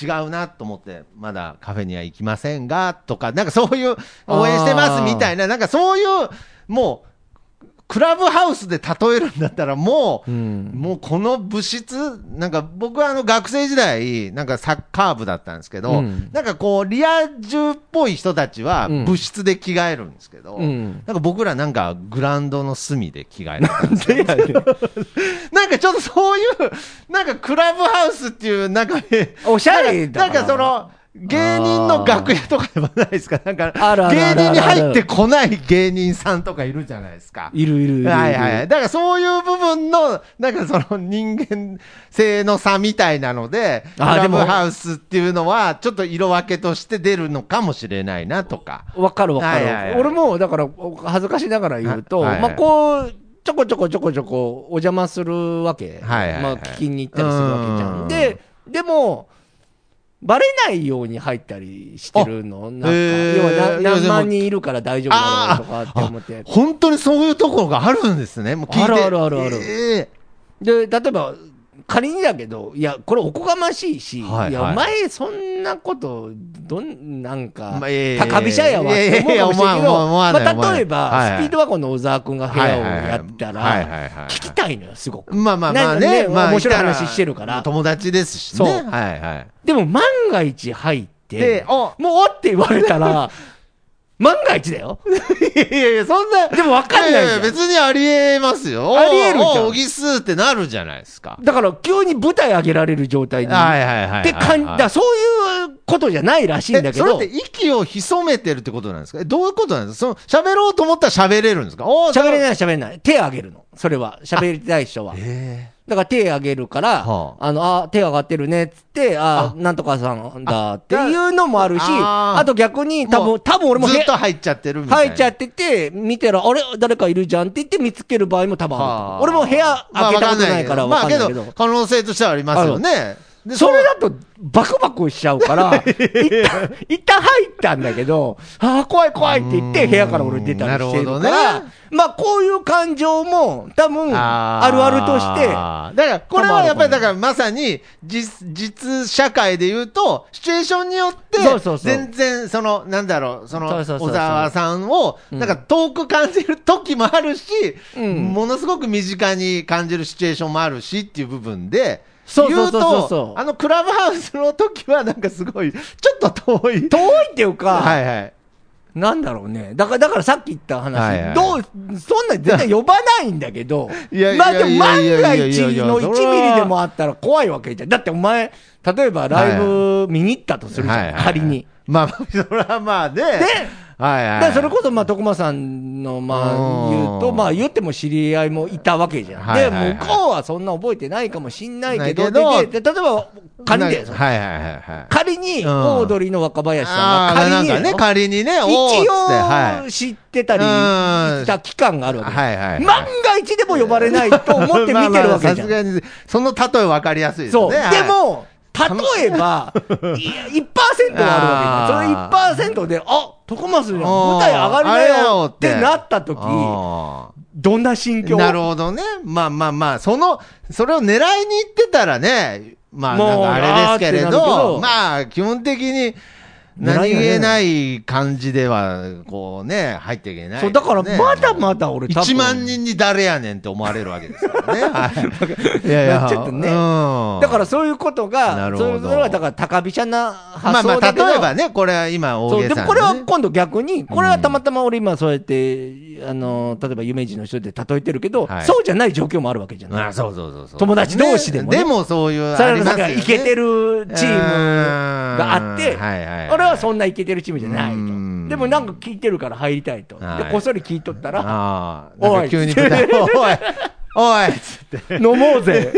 [SPEAKER 2] 違うなと思って、まだカフェには行きませんがとか、なんかそういう、応援してますみたいな、なんかそういう、もう、クラブハウスで例えるんだったら、もう、
[SPEAKER 4] うん
[SPEAKER 2] もうこの物質、なんか僕はあの学生時代、なんかサッカー部だったんですけど、
[SPEAKER 4] うん
[SPEAKER 2] なんかこう、リア充っぽい人たちは
[SPEAKER 4] うん
[SPEAKER 2] 物質で着替えるんですけど、
[SPEAKER 4] うん
[SPEAKER 2] なんか僕らなんかグラウンドの隅で着替えるんですよ なんかちょっとそういう、なんかクラブハウスっていう、なんかね、
[SPEAKER 4] おしゃれだ
[SPEAKER 2] なんかその、芸人の楽屋とかでもないですか、なんか
[SPEAKER 4] あるあるあ
[SPEAKER 2] 芸
[SPEAKER 4] るある
[SPEAKER 2] 人に入ってこない芸人さんとかいるじゃないですか。
[SPEAKER 4] いるいるいるいる。
[SPEAKER 2] はいはいはい。だからそういう部分の、なんかその人間性の差みたいなので、ク
[SPEAKER 4] あー
[SPEAKER 2] ラ
[SPEAKER 4] で
[SPEAKER 2] ブ
[SPEAKER 4] も
[SPEAKER 2] ハウスっていうのは、ちょっと色分けとして出るのかもしれないなとか。
[SPEAKER 4] わかるわかる、
[SPEAKER 2] はいはいはい
[SPEAKER 4] 俺もだから恥ずかしながら言うと、
[SPEAKER 2] はいはい
[SPEAKER 4] まあこうちょこちょこちょこちょこお邪魔するわけ、
[SPEAKER 2] はいはいはい
[SPEAKER 4] まあ聞きに行ったりするわけじゃ
[SPEAKER 2] うんん
[SPEAKER 4] ででもバレないように入ったりしてるのなんか、
[SPEAKER 2] へー
[SPEAKER 4] 要はない
[SPEAKER 2] やでも
[SPEAKER 4] 何万人いるから大丈夫だろうとかって
[SPEAKER 2] あ
[SPEAKER 4] 思って
[SPEAKER 2] 本当にそういうところがあるんですね。もう聞いて。
[SPEAKER 4] あるあるあるある
[SPEAKER 2] え
[SPEAKER 4] で例えば仮にだけどいやこれおこがましいし、
[SPEAKER 2] はいはい
[SPEAKER 4] いやお前そんなことどんなんか、
[SPEAKER 2] まあいやいやいや
[SPEAKER 4] 高飛車やわっ
[SPEAKER 2] いやい
[SPEAKER 4] て
[SPEAKER 2] やいや
[SPEAKER 4] 思うかもしれんけ
[SPEAKER 2] 思わん
[SPEAKER 4] ど、
[SPEAKER 2] 思わん思わない
[SPEAKER 4] ま
[SPEAKER 2] 思
[SPEAKER 4] あ、
[SPEAKER 2] わない
[SPEAKER 4] 例えば、
[SPEAKER 2] はいはい
[SPEAKER 4] スピードワゴンの小沢君が
[SPEAKER 2] え
[SPEAKER 4] 部屋をやった
[SPEAKER 2] はいはい
[SPEAKER 4] ら
[SPEAKER 2] はいはい
[SPEAKER 4] 聞きたいのよすごく。
[SPEAKER 2] まあまあまあ
[SPEAKER 4] なん
[SPEAKER 2] ね。
[SPEAKER 4] かね
[SPEAKER 2] まあ
[SPEAKER 4] 面白い
[SPEAKER 2] た
[SPEAKER 4] 話してるから
[SPEAKER 2] 友達ですしね。
[SPEAKER 4] そう
[SPEAKER 2] はいはい。
[SPEAKER 4] でも万が一入って
[SPEAKER 2] でお
[SPEAKER 4] もうおって言われた ら万が一だよ。
[SPEAKER 2] いやいやいや、そんな。
[SPEAKER 4] でもわかんないじゃん
[SPEAKER 2] やや別にありえますよ。
[SPEAKER 4] ありえるじゃん
[SPEAKER 2] おーおーおぎすーってなるじゃないですか。
[SPEAKER 4] だから急に舞台上げられる状態に。
[SPEAKER 2] はいはいはいはいはい。
[SPEAKER 4] って感じだからそういうことじゃないらしいんだけど。
[SPEAKER 2] えそれって息を潜めてるってことなんですかえどういうことなんですかその喋ろうと思ったら喋れるんですかおー。
[SPEAKER 4] 喋れないい喋れない。手あげるの。それは。喋りたい人は。
[SPEAKER 2] え
[SPEAKER 4] だから手あげるから、
[SPEAKER 2] は
[SPEAKER 4] あ、の、あ、手上がってるねっつって、あ、なんとかさんだっていうのもあるし、
[SPEAKER 2] あ
[SPEAKER 4] あ
[SPEAKER 2] ー
[SPEAKER 4] と逆に
[SPEAKER 2] ー
[SPEAKER 4] 多分、多分俺も
[SPEAKER 2] ず
[SPEAKER 4] へ
[SPEAKER 2] っと入っちゃってるみたい
[SPEAKER 4] 入
[SPEAKER 2] な。
[SPEAKER 4] っちゃってて、見てら、あれ誰かいるじゃんって言って見つける場合も多分あると
[SPEAKER 2] は
[SPEAKER 4] 思
[SPEAKER 2] あ
[SPEAKER 4] う。俺も部屋開けたことないからわかんないけ
[SPEAKER 2] まあ
[SPEAKER 4] ど
[SPEAKER 2] わ。可能性としてはありますよね。で
[SPEAKER 4] それだとバクバクしちゃうから 一旦一旦入ったんだけどああ怖い怖いって言って部屋から俺出たりしてるか
[SPEAKER 2] うんなる
[SPEAKER 4] ら
[SPEAKER 2] ほどね
[SPEAKER 4] まあこういう感情も多分
[SPEAKER 2] ー
[SPEAKER 4] あるあるとして
[SPEAKER 2] だから、これはやっぱり、
[SPEAKER 4] 多分ある
[SPEAKER 2] だからまさに、実、実社会で言うと、シチュエーションによって
[SPEAKER 4] そうそう、そう
[SPEAKER 2] 全然、その、なんだろう、その、
[SPEAKER 4] そうそうそうそう
[SPEAKER 2] 小沢さんを、
[SPEAKER 4] うん
[SPEAKER 2] なんか遠く感じる時もあるし、
[SPEAKER 4] うん
[SPEAKER 2] ものすごく身近に感じるシチュエーションもあるしっていう部分で、
[SPEAKER 4] そうそうそうそうそう
[SPEAKER 2] 言うとあの、クラブハウスの時は、なんかすごい、ちょっと遠い。
[SPEAKER 4] 遠いっていうか、
[SPEAKER 2] はいはい。
[SPEAKER 4] なんだろうね。だから、だからさっき言った話、
[SPEAKER 2] はいはい、
[SPEAKER 4] どう、そんなん絶対呼ばないんだけど
[SPEAKER 2] いやい
[SPEAKER 4] まあ
[SPEAKER 2] や
[SPEAKER 4] でも
[SPEAKER 2] い
[SPEAKER 4] 万
[SPEAKER 2] やいや
[SPEAKER 4] が
[SPEAKER 2] いやいやいや
[SPEAKER 4] 一の
[SPEAKER 2] それは
[SPEAKER 4] 1ミリでもあったら怖いわけじゃん。だってお前、例えばライブ見に行ったとするじゃん、
[SPEAKER 2] はいはいはい
[SPEAKER 4] 仮に。。
[SPEAKER 2] まあ、それはまあね。はいはい
[SPEAKER 4] だ
[SPEAKER 2] は
[SPEAKER 4] か
[SPEAKER 2] い。
[SPEAKER 4] らそれこそ、まあ、徳間さんの、まあ、
[SPEAKER 2] うん
[SPEAKER 4] 言うと、まあ、言っても知り合いもいたわけじゃん。
[SPEAKER 2] はいはいはい
[SPEAKER 4] で、向こうはそんな覚えてないかもしんないけど、
[SPEAKER 2] ない
[SPEAKER 4] で、で
[SPEAKER 2] けど
[SPEAKER 4] 例えば、仮にだよ
[SPEAKER 2] なはいはいはいはい。
[SPEAKER 4] 仮に、
[SPEAKER 2] うん
[SPEAKER 4] オードリーの若林さんが
[SPEAKER 2] あー
[SPEAKER 4] 仮にだよ、
[SPEAKER 2] なんかね、仮にね、おーっつって
[SPEAKER 4] 一
[SPEAKER 2] は
[SPEAKER 4] 応
[SPEAKER 2] い
[SPEAKER 4] 知ってたり
[SPEAKER 2] うん
[SPEAKER 4] した期間があるわけ、
[SPEAKER 2] はいはいはい
[SPEAKER 4] 万が一でも呼ばれないと思って見てるわけじゃん。
[SPEAKER 2] まあまあさすがに、その例え分かりやすいですね。
[SPEAKER 4] そう。で
[SPEAKER 2] はい、
[SPEAKER 4] も、例えば、いや1%はあるわけじゃん。その1%で、あ徳松じゃん、舞台上がる
[SPEAKER 2] あれ
[SPEAKER 4] な
[SPEAKER 2] よ
[SPEAKER 4] よってなった時
[SPEAKER 2] あ
[SPEAKER 4] どんな 心
[SPEAKER 2] ー
[SPEAKER 4] 境
[SPEAKER 2] なるほどね。まあまあまあ、その、それを狙いに行ってたらね、まあ
[SPEAKER 4] もう
[SPEAKER 2] なんかあれですけ
[SPEAKER 4] あーってなるけ
[SPEAKER 2] れど、
[SPEAKER 4] ど
[SPEAKER 2] まあ基本的に、何気ない感じでは、こうね、入っていけない、
[SPEAKER 4] そう、だから、まだまだ俺多分、
[SPEAKER 2] 1万人に誰やねんって思われるわけで すからね。はい、い
[SPEAKER 4] ちょっとね
[SPEAKER 2] うん
[SPEAKER 4] だからそういうこと
[SPEAKER 2] な
[SPEAKER 4] が、
[SPEAKER 2] るほ
[SPEAKER 4] そ
[SPEAKER 2] ど
[SPEAKER 4] れはだから高飛車な
[SPEAKER 2] まあ
[SPEAKER 4] 発
[SPEAKER 2] ま
[SPEAKER 4] 想
[SPEAKER 2] あ、
[SPEAKER 4] だけど、
[SPEAKER 2] 例えばね、これは今、大
[SPEAKER 4] そう
[SPEAKER 2] げ
[SPEAKER 4] で
[SPEAKER 2] さな、
[SPEAKER 4] もこ
[SPEAKER 2] ね、
[SPEAKER 4] れは今度逆に、これはたまたま俺今そうやって、あの、例えば有名人の人で例えてるけど、
[SPEAKER 2] はい
[SPEAKER 4] そうじゃない状況もあるわけじゃない。
[SPEAKER 2] あそうそうそうそ う
[SPEAKER 4] 友達同士でもね
[SPEAKER 2] でもそういう、
[SPEAKER 4] さ
[SPEAKER 2] あ
[SPEAKER 4] ら
[SPEAKER 2] り
[SPEAKER 4] に
[SPEAKER 2] ま
[SPEAKER 4] なん
[SPEAKER 2] すよ
[SPEAKER 4] か
[SPEAKER 2] ね
[SPEAKER 4] イケてるチームがあって、
[SPEAKER 2] うんはいはいはい
[SPEAKER 4] 俺はそんなイケてるチームじゃないと
[SPEAKER 2] うん。
[SPEAKER 4] でもなんか聞いてるから入りたいと。
[SPEAKER 2] はい
[SPEAKER 4] で、こっそり聞いとったら、
[SPEAKER 2] ああ、なんか急に 舞台、
[SPEAKER 4] おい
[SPEAKER 2] おい、おいっつって、
[SPEAKER 4] 飲もう ぜ。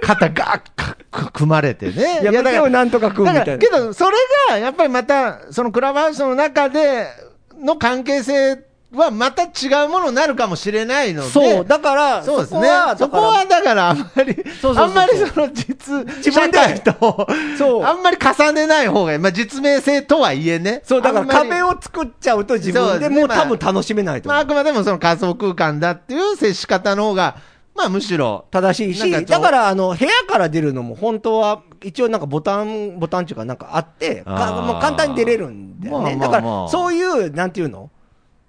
[SPEAKER 2] 肩がっかく組まれてね。
[SPEAKER 4] やめてよ、なんとか食うみ
[SPEAKER 2] だ
[SPEAKER 4] た
[SPEAKER 2] か
[SPEAKER 4] いな
[SPEAKER 2] ら、。けど、それが、やっぱりまた、そのクラブハウスの中での関係性はまた違うものになるかもしれないので。
[SPEAKER 4] そう、だから、
[SPEAKER 2] そうですね
[SPEAKER 4] こは。だ
[SPEAKER 2] そこ
[SPEAKER 4] から
[SPEAKER 2] はだからあんま
[SPEAKER 4] そう
[SPEAKER 2] り
[SPEAKER 4] そうそう、そう
[SPEAKER 2] あんまりその実、
[SPEAKER 4] 自
[SPEAKER 2] 社
[SPEAKER 4] 分で
[SPEAKER 2] 会と、
[SPEAKER 4] そう
[SPEAKER 2] あんまり重ねない方がいい。まあ実名性とはいえね。
[SPEAKER 4] そう、だから
[SPEAKER 2] あんまり
[SPEAKER 4] 壁。を作っちゃうと自
[SPEAKER 2] そう
[SPEAKER 4] 分
[SPEAKER 2] で
[SPEAKER 4] です
[SPEAKER 2] ね
[SPEAKER 4] もう
[SPEAKER 2] まあ
[SPEAKER 4] 多分楽しめないと
[SPEAKER 2] ま
[SPEAKER 4] 思
[SPEAKER 2] ああ
[SPEAKER 4] う。
[SPEAKER 2] くまでもその仮想空間だっていう接し方の方が、まあむしろ。
[SPEAKER 4] 正しい
[SPEAKER 2] なん
[SPEAKER 4] し、
[SPEAKER 2] かちょ
[SPEAKER 4] だから、あの、部屋から出るのも本当は、一応なんかボタン、ボタンっていうかなんかあって、
[SPEAKER 2] あ
[SPEAKER 4] か
[SPEAKER 2] ー
[SPEAKER 4] もう簡単に出れるんだよね。
[SPEAKER 2] まあ
[SPEAKER 4] だ
[SPEAKER 2] まあ
[SPEAKER 4] か
[SPEAKER 2] まあ
[SPEAKER 4] ら、そういう、なんていうの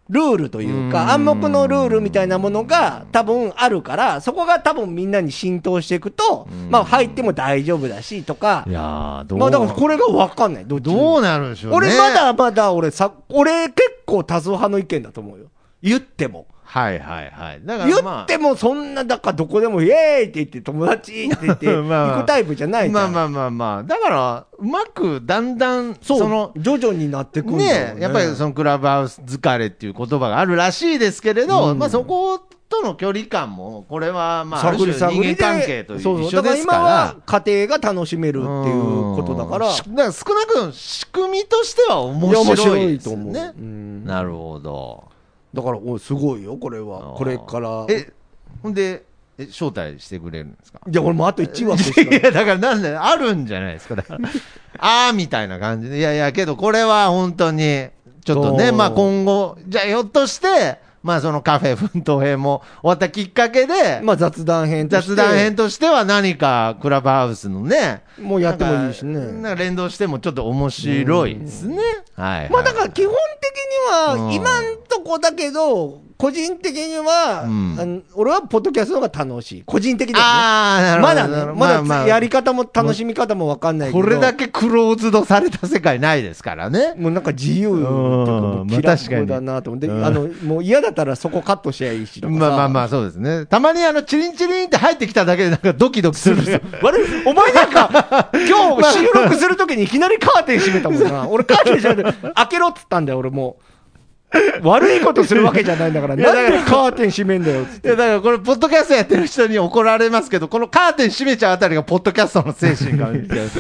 [SPEAKER 4] ルールという
[SPEAKER 2] うーん
[SPEAKER 4] か、暗黙のルールみたいなものが多分あるから、そこが多分みんなに浸透していくと、まあ入っても大丈夫だしとか、
[SPEAKER 2] やー、ど
[SPEAKER 4] まあだからこれがわかんない。どっちにも
[SPEAKER 2] どうなるんでしょうね。
[SPEAKER 4] 俺ま。だまだ俺さ、俺結構多数派の意見だと思うよ。言っても。
[SPEAKER 2] はいはいはい。だから、ま
[SPEAKER 4] 言
[SPEAKER 2] あ、
[SPEAKER 4] ってもそんな、だからどこでもイエーイって言って友達って言って
[SPEAKER 2] まあまあ
[SPEAKER 4] 行くタイプじゃないじゃ
[SPEAKER 2] まあ
[SPEAKER 4] ん。
[SPEAKER 2] まあまあまあ。だから、うまくだんだん、
[SPEAKER 4] そう、
[SPEAKER 2] その、
[SPEAKER 4] 徐々になってくんだろう
[SPEAKER 2] ねやっぱりそのクラブハウス疲れっていう言葉があるらしいですけれど、まあそことの距離感も、これはまあ、ある種人間関係と
[SPEAKER 4] そうそう
[SPEAKER 2] 一緒です
[SPEAKER 4] だから
[SPEAKER 2] から
[SPEAKER 4] 今。は家庭が楽しめるっていうことだから、
[SPEAKER 2] うんしだから少なくとも仕組みとしては面白いです
[SPEAKER 4] いや面
[SPEAKER 2] よ
[SPEAKER 4] 白い
[SPEAKER 2] ね
[SPEAKER 4] と思ううん
[SPEAKER 2] なるほど。
[SPEAKER 4] だからおすごいよこれはこれから
[SPEAKER 2] え、ほんで、え招待してくれるんですか
[SPEAKER 4] いや俺もうあと1枠し
[SPEAKER 2] い
[SPEAKER 4] か
[SPEAKER 2] や、だからなんだよあるんじゃないですか。だから、あーみたいな感じで。いやいや、けどこれは本当に、ちょっとね、
[SPEAKER 4] そう
[SPEAKER 2] まあ今後、じゃあひょっとして、まあそのカフェ奮闘編も終わったきっかけで、
[SPEAKER 4] まあ雑談編として
[SPEAKER 2] 雑談編としては何かクラブハウスのね、
[SPEAKER 4] もうやってもいいしね
[SPEAKER 2] なんかなんか連動してもちょっと面白いですね。はい、はい。
[SPEAKER 4] まあだから基本的に
[SPEAKER 2] うん
[SPEAKER 4] は、今んとこだけど、個人的には、
[SPEAKER 2] うん
[SPEAKER 4] あの俺はポッドキャストの方が楽しい。個人的にはね。
[SPEAKER 2] ああ、なるほ
[SPEAKER 4] ま
[SPEAKER 2] ど。
[SPEAKER 4] だね、
[SPEAKER 2] なるほど
[SPEAKER 4] ま
[SPEAKER 2] まあま
[SPEAKER 4] だ
[SPEAKER 2] あ
[SPEAKER 4] やり方も楽しみ方もわかんないけど。
[SPEAKER 2] これだけクローズドされた世界ないですからね。
[SPEAKER 4] もうなんか自由というかも
[SPEAKER 2] う
[SPEAKER 4] うん気
[SPEAKER 2] まあ確かに
[SPEAKER 4] 楽だなと思って、
[SPEAKER 2] うん
[SPEAKER 4] あの、もう嫌だったらそこカットしりゃいいしとかさ。
[SPEAKER 2] まあまあまあ、そうですね。たまにあの、チリンチリンって入ってきただけでなんかドキドキするん ですよ。
[SPEAKER 4] 悪いお前なん か、今日収録するときにいきなりカーテン閉めたもんな。俺カーテン閉めて、開けろっつったんだよ、俺もう。悪いことするわけじゃないんだから、
[SPEAKER 2] いや
[SPEAKER 4] な
[SPEAKER 2] だか
[SPEAKER 4] んで
[SPEAKER 2] ら
[SPEAKER 4] カーテン閉めんだよっつっ
[SPEAKER 2] いや、
[SPEAKER 4] て。
[SPEAKER 2] だからこれ、ポッドキャストやってる人に怒られますけど、このカーテン閉めちゃうあたりが、ポッドキャストの精神かもしれない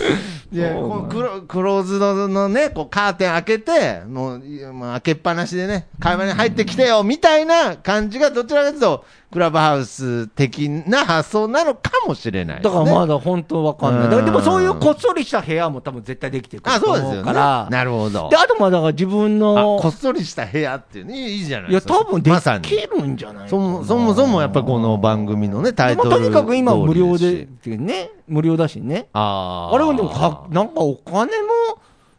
[SPEAKER 2] いやこうクロクローズドのね、こうカーテン開けて、もう、いやまあ、開けっぱなしでね、会話に入ってきてよ、みたいな感じが、どちらかというと、クラブハウス的な発想なのかもしれないです
[SPEAKER 4] だ
[SPEAKER 2] ね。
[SPEAKER 4] からまだ本当わかんない。だからで
[SPEAKER 2] う
[SPEAKER 4] も
[SPEAKER 2] ん
[SPEAKER 4] そういうこっそりした部屋も多分絶対できてく
[SPEAKER 2] あ、
[SPEAKER 4] ると
[SPEAKER 2] そうですよ
[SPEAKER 4] 思うか
[SPEAKER 2] ね。
[SPEAKER 4] ら。
[SPEAKER 2] なるほど。
[SPEAKER 4] で、あとまあだから自分
[SPEAKER 2] あ
[SPEAKER 4] の
[SPEAKER 2] こっ、そりした部屋っていうね、いいじゃない
[SPEAKER 4] いや、
[SPEAKER 2] ですか。
[SPEAKER 4] 多分で
[SPEAKER 2] まさに。
[SPEAKER 4] きるんじゃないか
[SPEAKER 2] そ
[SPEAKER 4] な
[SPEAKER 2] もそもそもやっぱこの番組のね、タ
[SPEAKER 4] で
[SPEAKER 2] イト
[SPEAKER 4] も
[SPEAKER 2] ル
[SPEAKER 4] とにかく今無料
[SPEAKER 2] 通り
[SPEAKER 4] で、
[SPEAKER 2] すし。
[SPEAKER 4] ね、無料だしね。
[SPEAKER 2] あ
[SPEAKER 4] あ
[SPEAKER 2] ー
[SPEAKER 4] れはでもか、なんかお金も、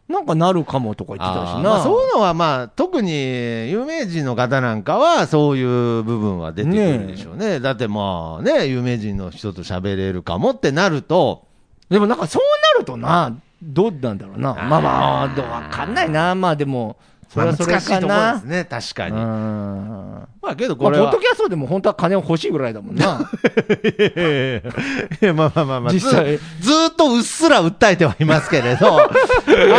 [SPEAKER 4] なんかなるかもとか言ってたし
[SPEAKER 2] あー
[SPEAKER 4] な。
[SPEAKER 2] まあ、そういうのはまあ特に有名人の方なんかはそういう部分は出てくるでしょうねだってまあね有名人の人と喋れるかもってなると
[SPEAKER 4] でもなんかそうなるとな、どうなんだろうな。まあまあ、どうわかんないな。まあでも、それはそれ
[SPEAKER 2] まあ難しい
[SPEAKER 4] か
[SPEAKER 2] ところで
[SPEAKER 4] な
[SPEAKER 2] す。ね確か
[SPEAKER 4] う
[SPEAKER 2] に、
[SPEAKER 4] ん。ま
[SPEAKER 2] まあけど
[SPEAKER 4] あ、ポ
[SPEAKER 2] これ
[SPEAKER 4] ッ
[SPEAKER 2] は、
[SPEAKER 4] ドキャストでも本当は金欲しいぐらいだもんな。
[SPEAKER 2] ええいやまあまあまあまあ、
[SPEAKER 4] 実際
[SPEAKER 2] ずずーっとうっすら訴えてはいますけれど、 あ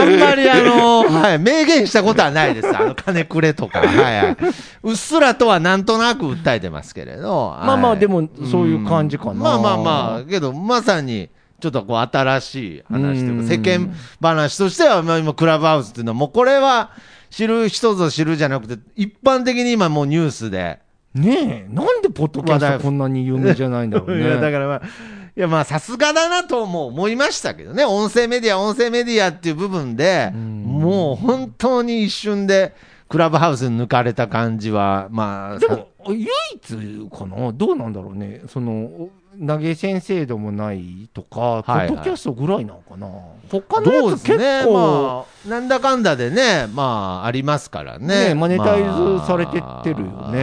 [SPEAKER 2] んまりあの、はい、明言したことはないです。あの、金くれとか、はいはい。うっすらとはなんとなく訴えてますけれど。はい
[SPEAKER 4] まあまあでもそういう感じかな
[SPEAKER 2] うんまあまあまあ、けど、まさに、ちょっとこう新しい話というか、世間話としては、まあ今、クラブハウスっていうのは、もうこれは、知る人ぞ知るじゃなくて、一般的に今もうニュースで、
[SPEAKER 4] ねえ、なんでポッドキャストこんなに有名じゃ ないんだろう
[SPEAKER 2] いやだ
[SPEAKER 4] ね。
[SPEAKER 2] からまあ、いやまあさすがだなとも思いましたけどね、音声メディア、音声メディアっていう部分で、もう本当に一瞬でクラブハウスに抜かれた感じは、ま あ、
[SPEAKER 4] で
[SPEAKER 2] さ
[SPEAKER 4] も、唯一かなどうなんだろうね。その、投げ銭制度もないとか、ポ
[SPEAKER 2] はいはい
[SPEAKER 4] ッドキャストぐらいなのかな。他の
[SPEAKER 2] どう
[SPEAKER 4] や
[SPEAKER 2] で
[SPEAKER 4] つ
[SPEAKER 2] す
[SPEAKER 4] 結
[SPEAKER 2] ね、
[SPEAKER 4] 構、
[SPEAKER 2] まあ、なんだかんだでね、まあ、ありますからね。
[SPEAKER 4] ねマネタイズされてってるよね
[SPEAKER 2] まあはいは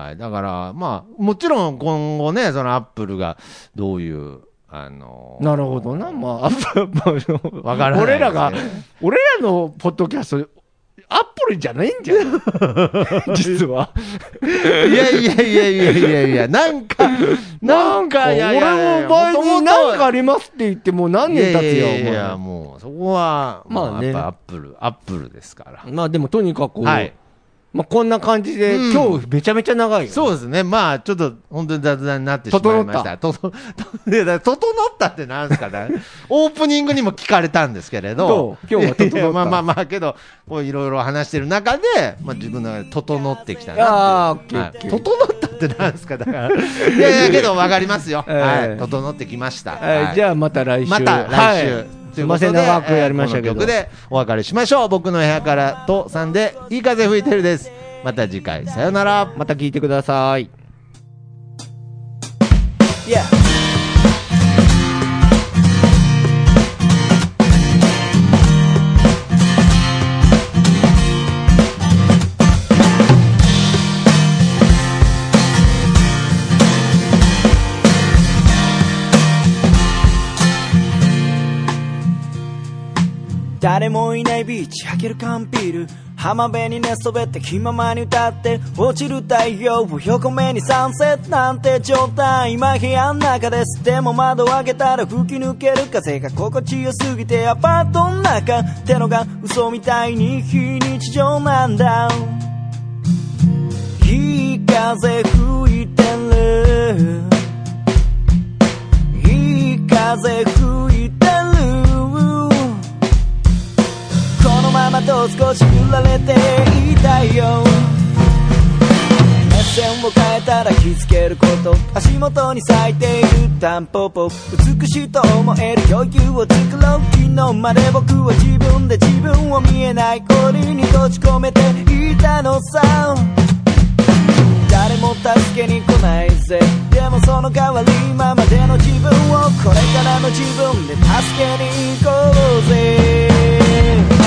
[SPEAKER 2] いはい。だから、まあ、もちろん今後ね、そのアップルがどういう、あの、
[SPEAKER 4] なるほどな。まあ、アップ
[SPEAKER 2] わからない
[SPEAKER 4] 俺らが
[SPEAKER 2] ですね、
[SPEAKER 4] 俺らのポッドキャスト、アップルじゃないんじゃ ん実は。
[SPEAKER 2] いやいやいやいやいやいや、なんか、なんか、いやいやい
[SPEAKER 4] 俺
[SPEAKER 2] や
[SPEAKER 4] も場合に
[SPEAKER 2] 元
[SPEAKER 4] 何
[SPEAKER 2] 々
[SPEAKER 4] かありますって言ってもう何年経つよ。
[SPEAKER 2] いやいやいや
[SPEAKER 4] お前
[SPEAKER 2] もうそこは
[SPEAKER 4] まあね
[SPEAKER 2] やっぱアップルアップルですから
[SPEAKER 4] まあでもとにかく、
[SPEAKER 2] はい
[SPEAKER 4] まあ、こんな感じで、
[SPEAKER 2] うん
[SPEAKER 4] 今日めちゃめちゃ長いよね、
[SPEAKER 2] そうですねまあちょっと本当に雑談になってしまいましたとと いやだから整ったってなんです かねオープニングにも聞かれたんですけれ
[SPEAKER 4] ど
[SPEAKER 2] ど
[SPEAKER 4] う今日は整った
[SPEAKER 2] いやいやまあまあまあけどこういろいろ話してる中で、まあ、自分の中で整ってきたなっていう
[SPEAKER 4] あーオッケーオッケー
[SPEAKER 2] はい整ったってなんですかだからいやいやけど分かりますよ、
[SPEAKER 4] えー
[SPEAKER 2] はい整ってきました、
[SPEAKER 4] はい
[SPEAKER 2] はい
[SPEAKER 4] じゃあまた来週。
[SPEAKER 2] また来週、
[SPEAKER 4] はい
[SPEAKER 2] と
[SPEAKER 4] す
[SPEAKER 2] い
[SPEAKER 4] いうま
[SPEAKER 2] こと
[SPEAKER 4] せ
[SPEAKER 2] で
[SPEAKER 4] ん、長くやりましたけ
[SPEAKER 2] えーこ
[SPEAKER 4] ど。
[SPEAKER 2] の曲でお別れしましょう僕の部屋からとさんでいい風吹いてるですまた次回さよなら
[SPEAKER 4] また聞いてください。
[SPEAKER 5] 誰もいないビーチ開ける缶ビール浜辺に寝そべって気ままに歌って落ちる太陽を横目にサンセットなんて状態今部屋の中ですでも窓を開けたら吹き抜ける風が心地よすぎてアパートの中ってのが嘘みたいに非日常なんだいい風吹いてるいい風吹いてるこのままと少し揺られていたいよ目線を変えたら気づけること足元に咲いているタンポポ美しいと思える余裕を作ろう昨日まで僕は自分で自分を見えない檻に閉じ込めていたのさ誰も助けに来ないぜでもその代わり今までの自分をこれからの自分で助けに行こうぜ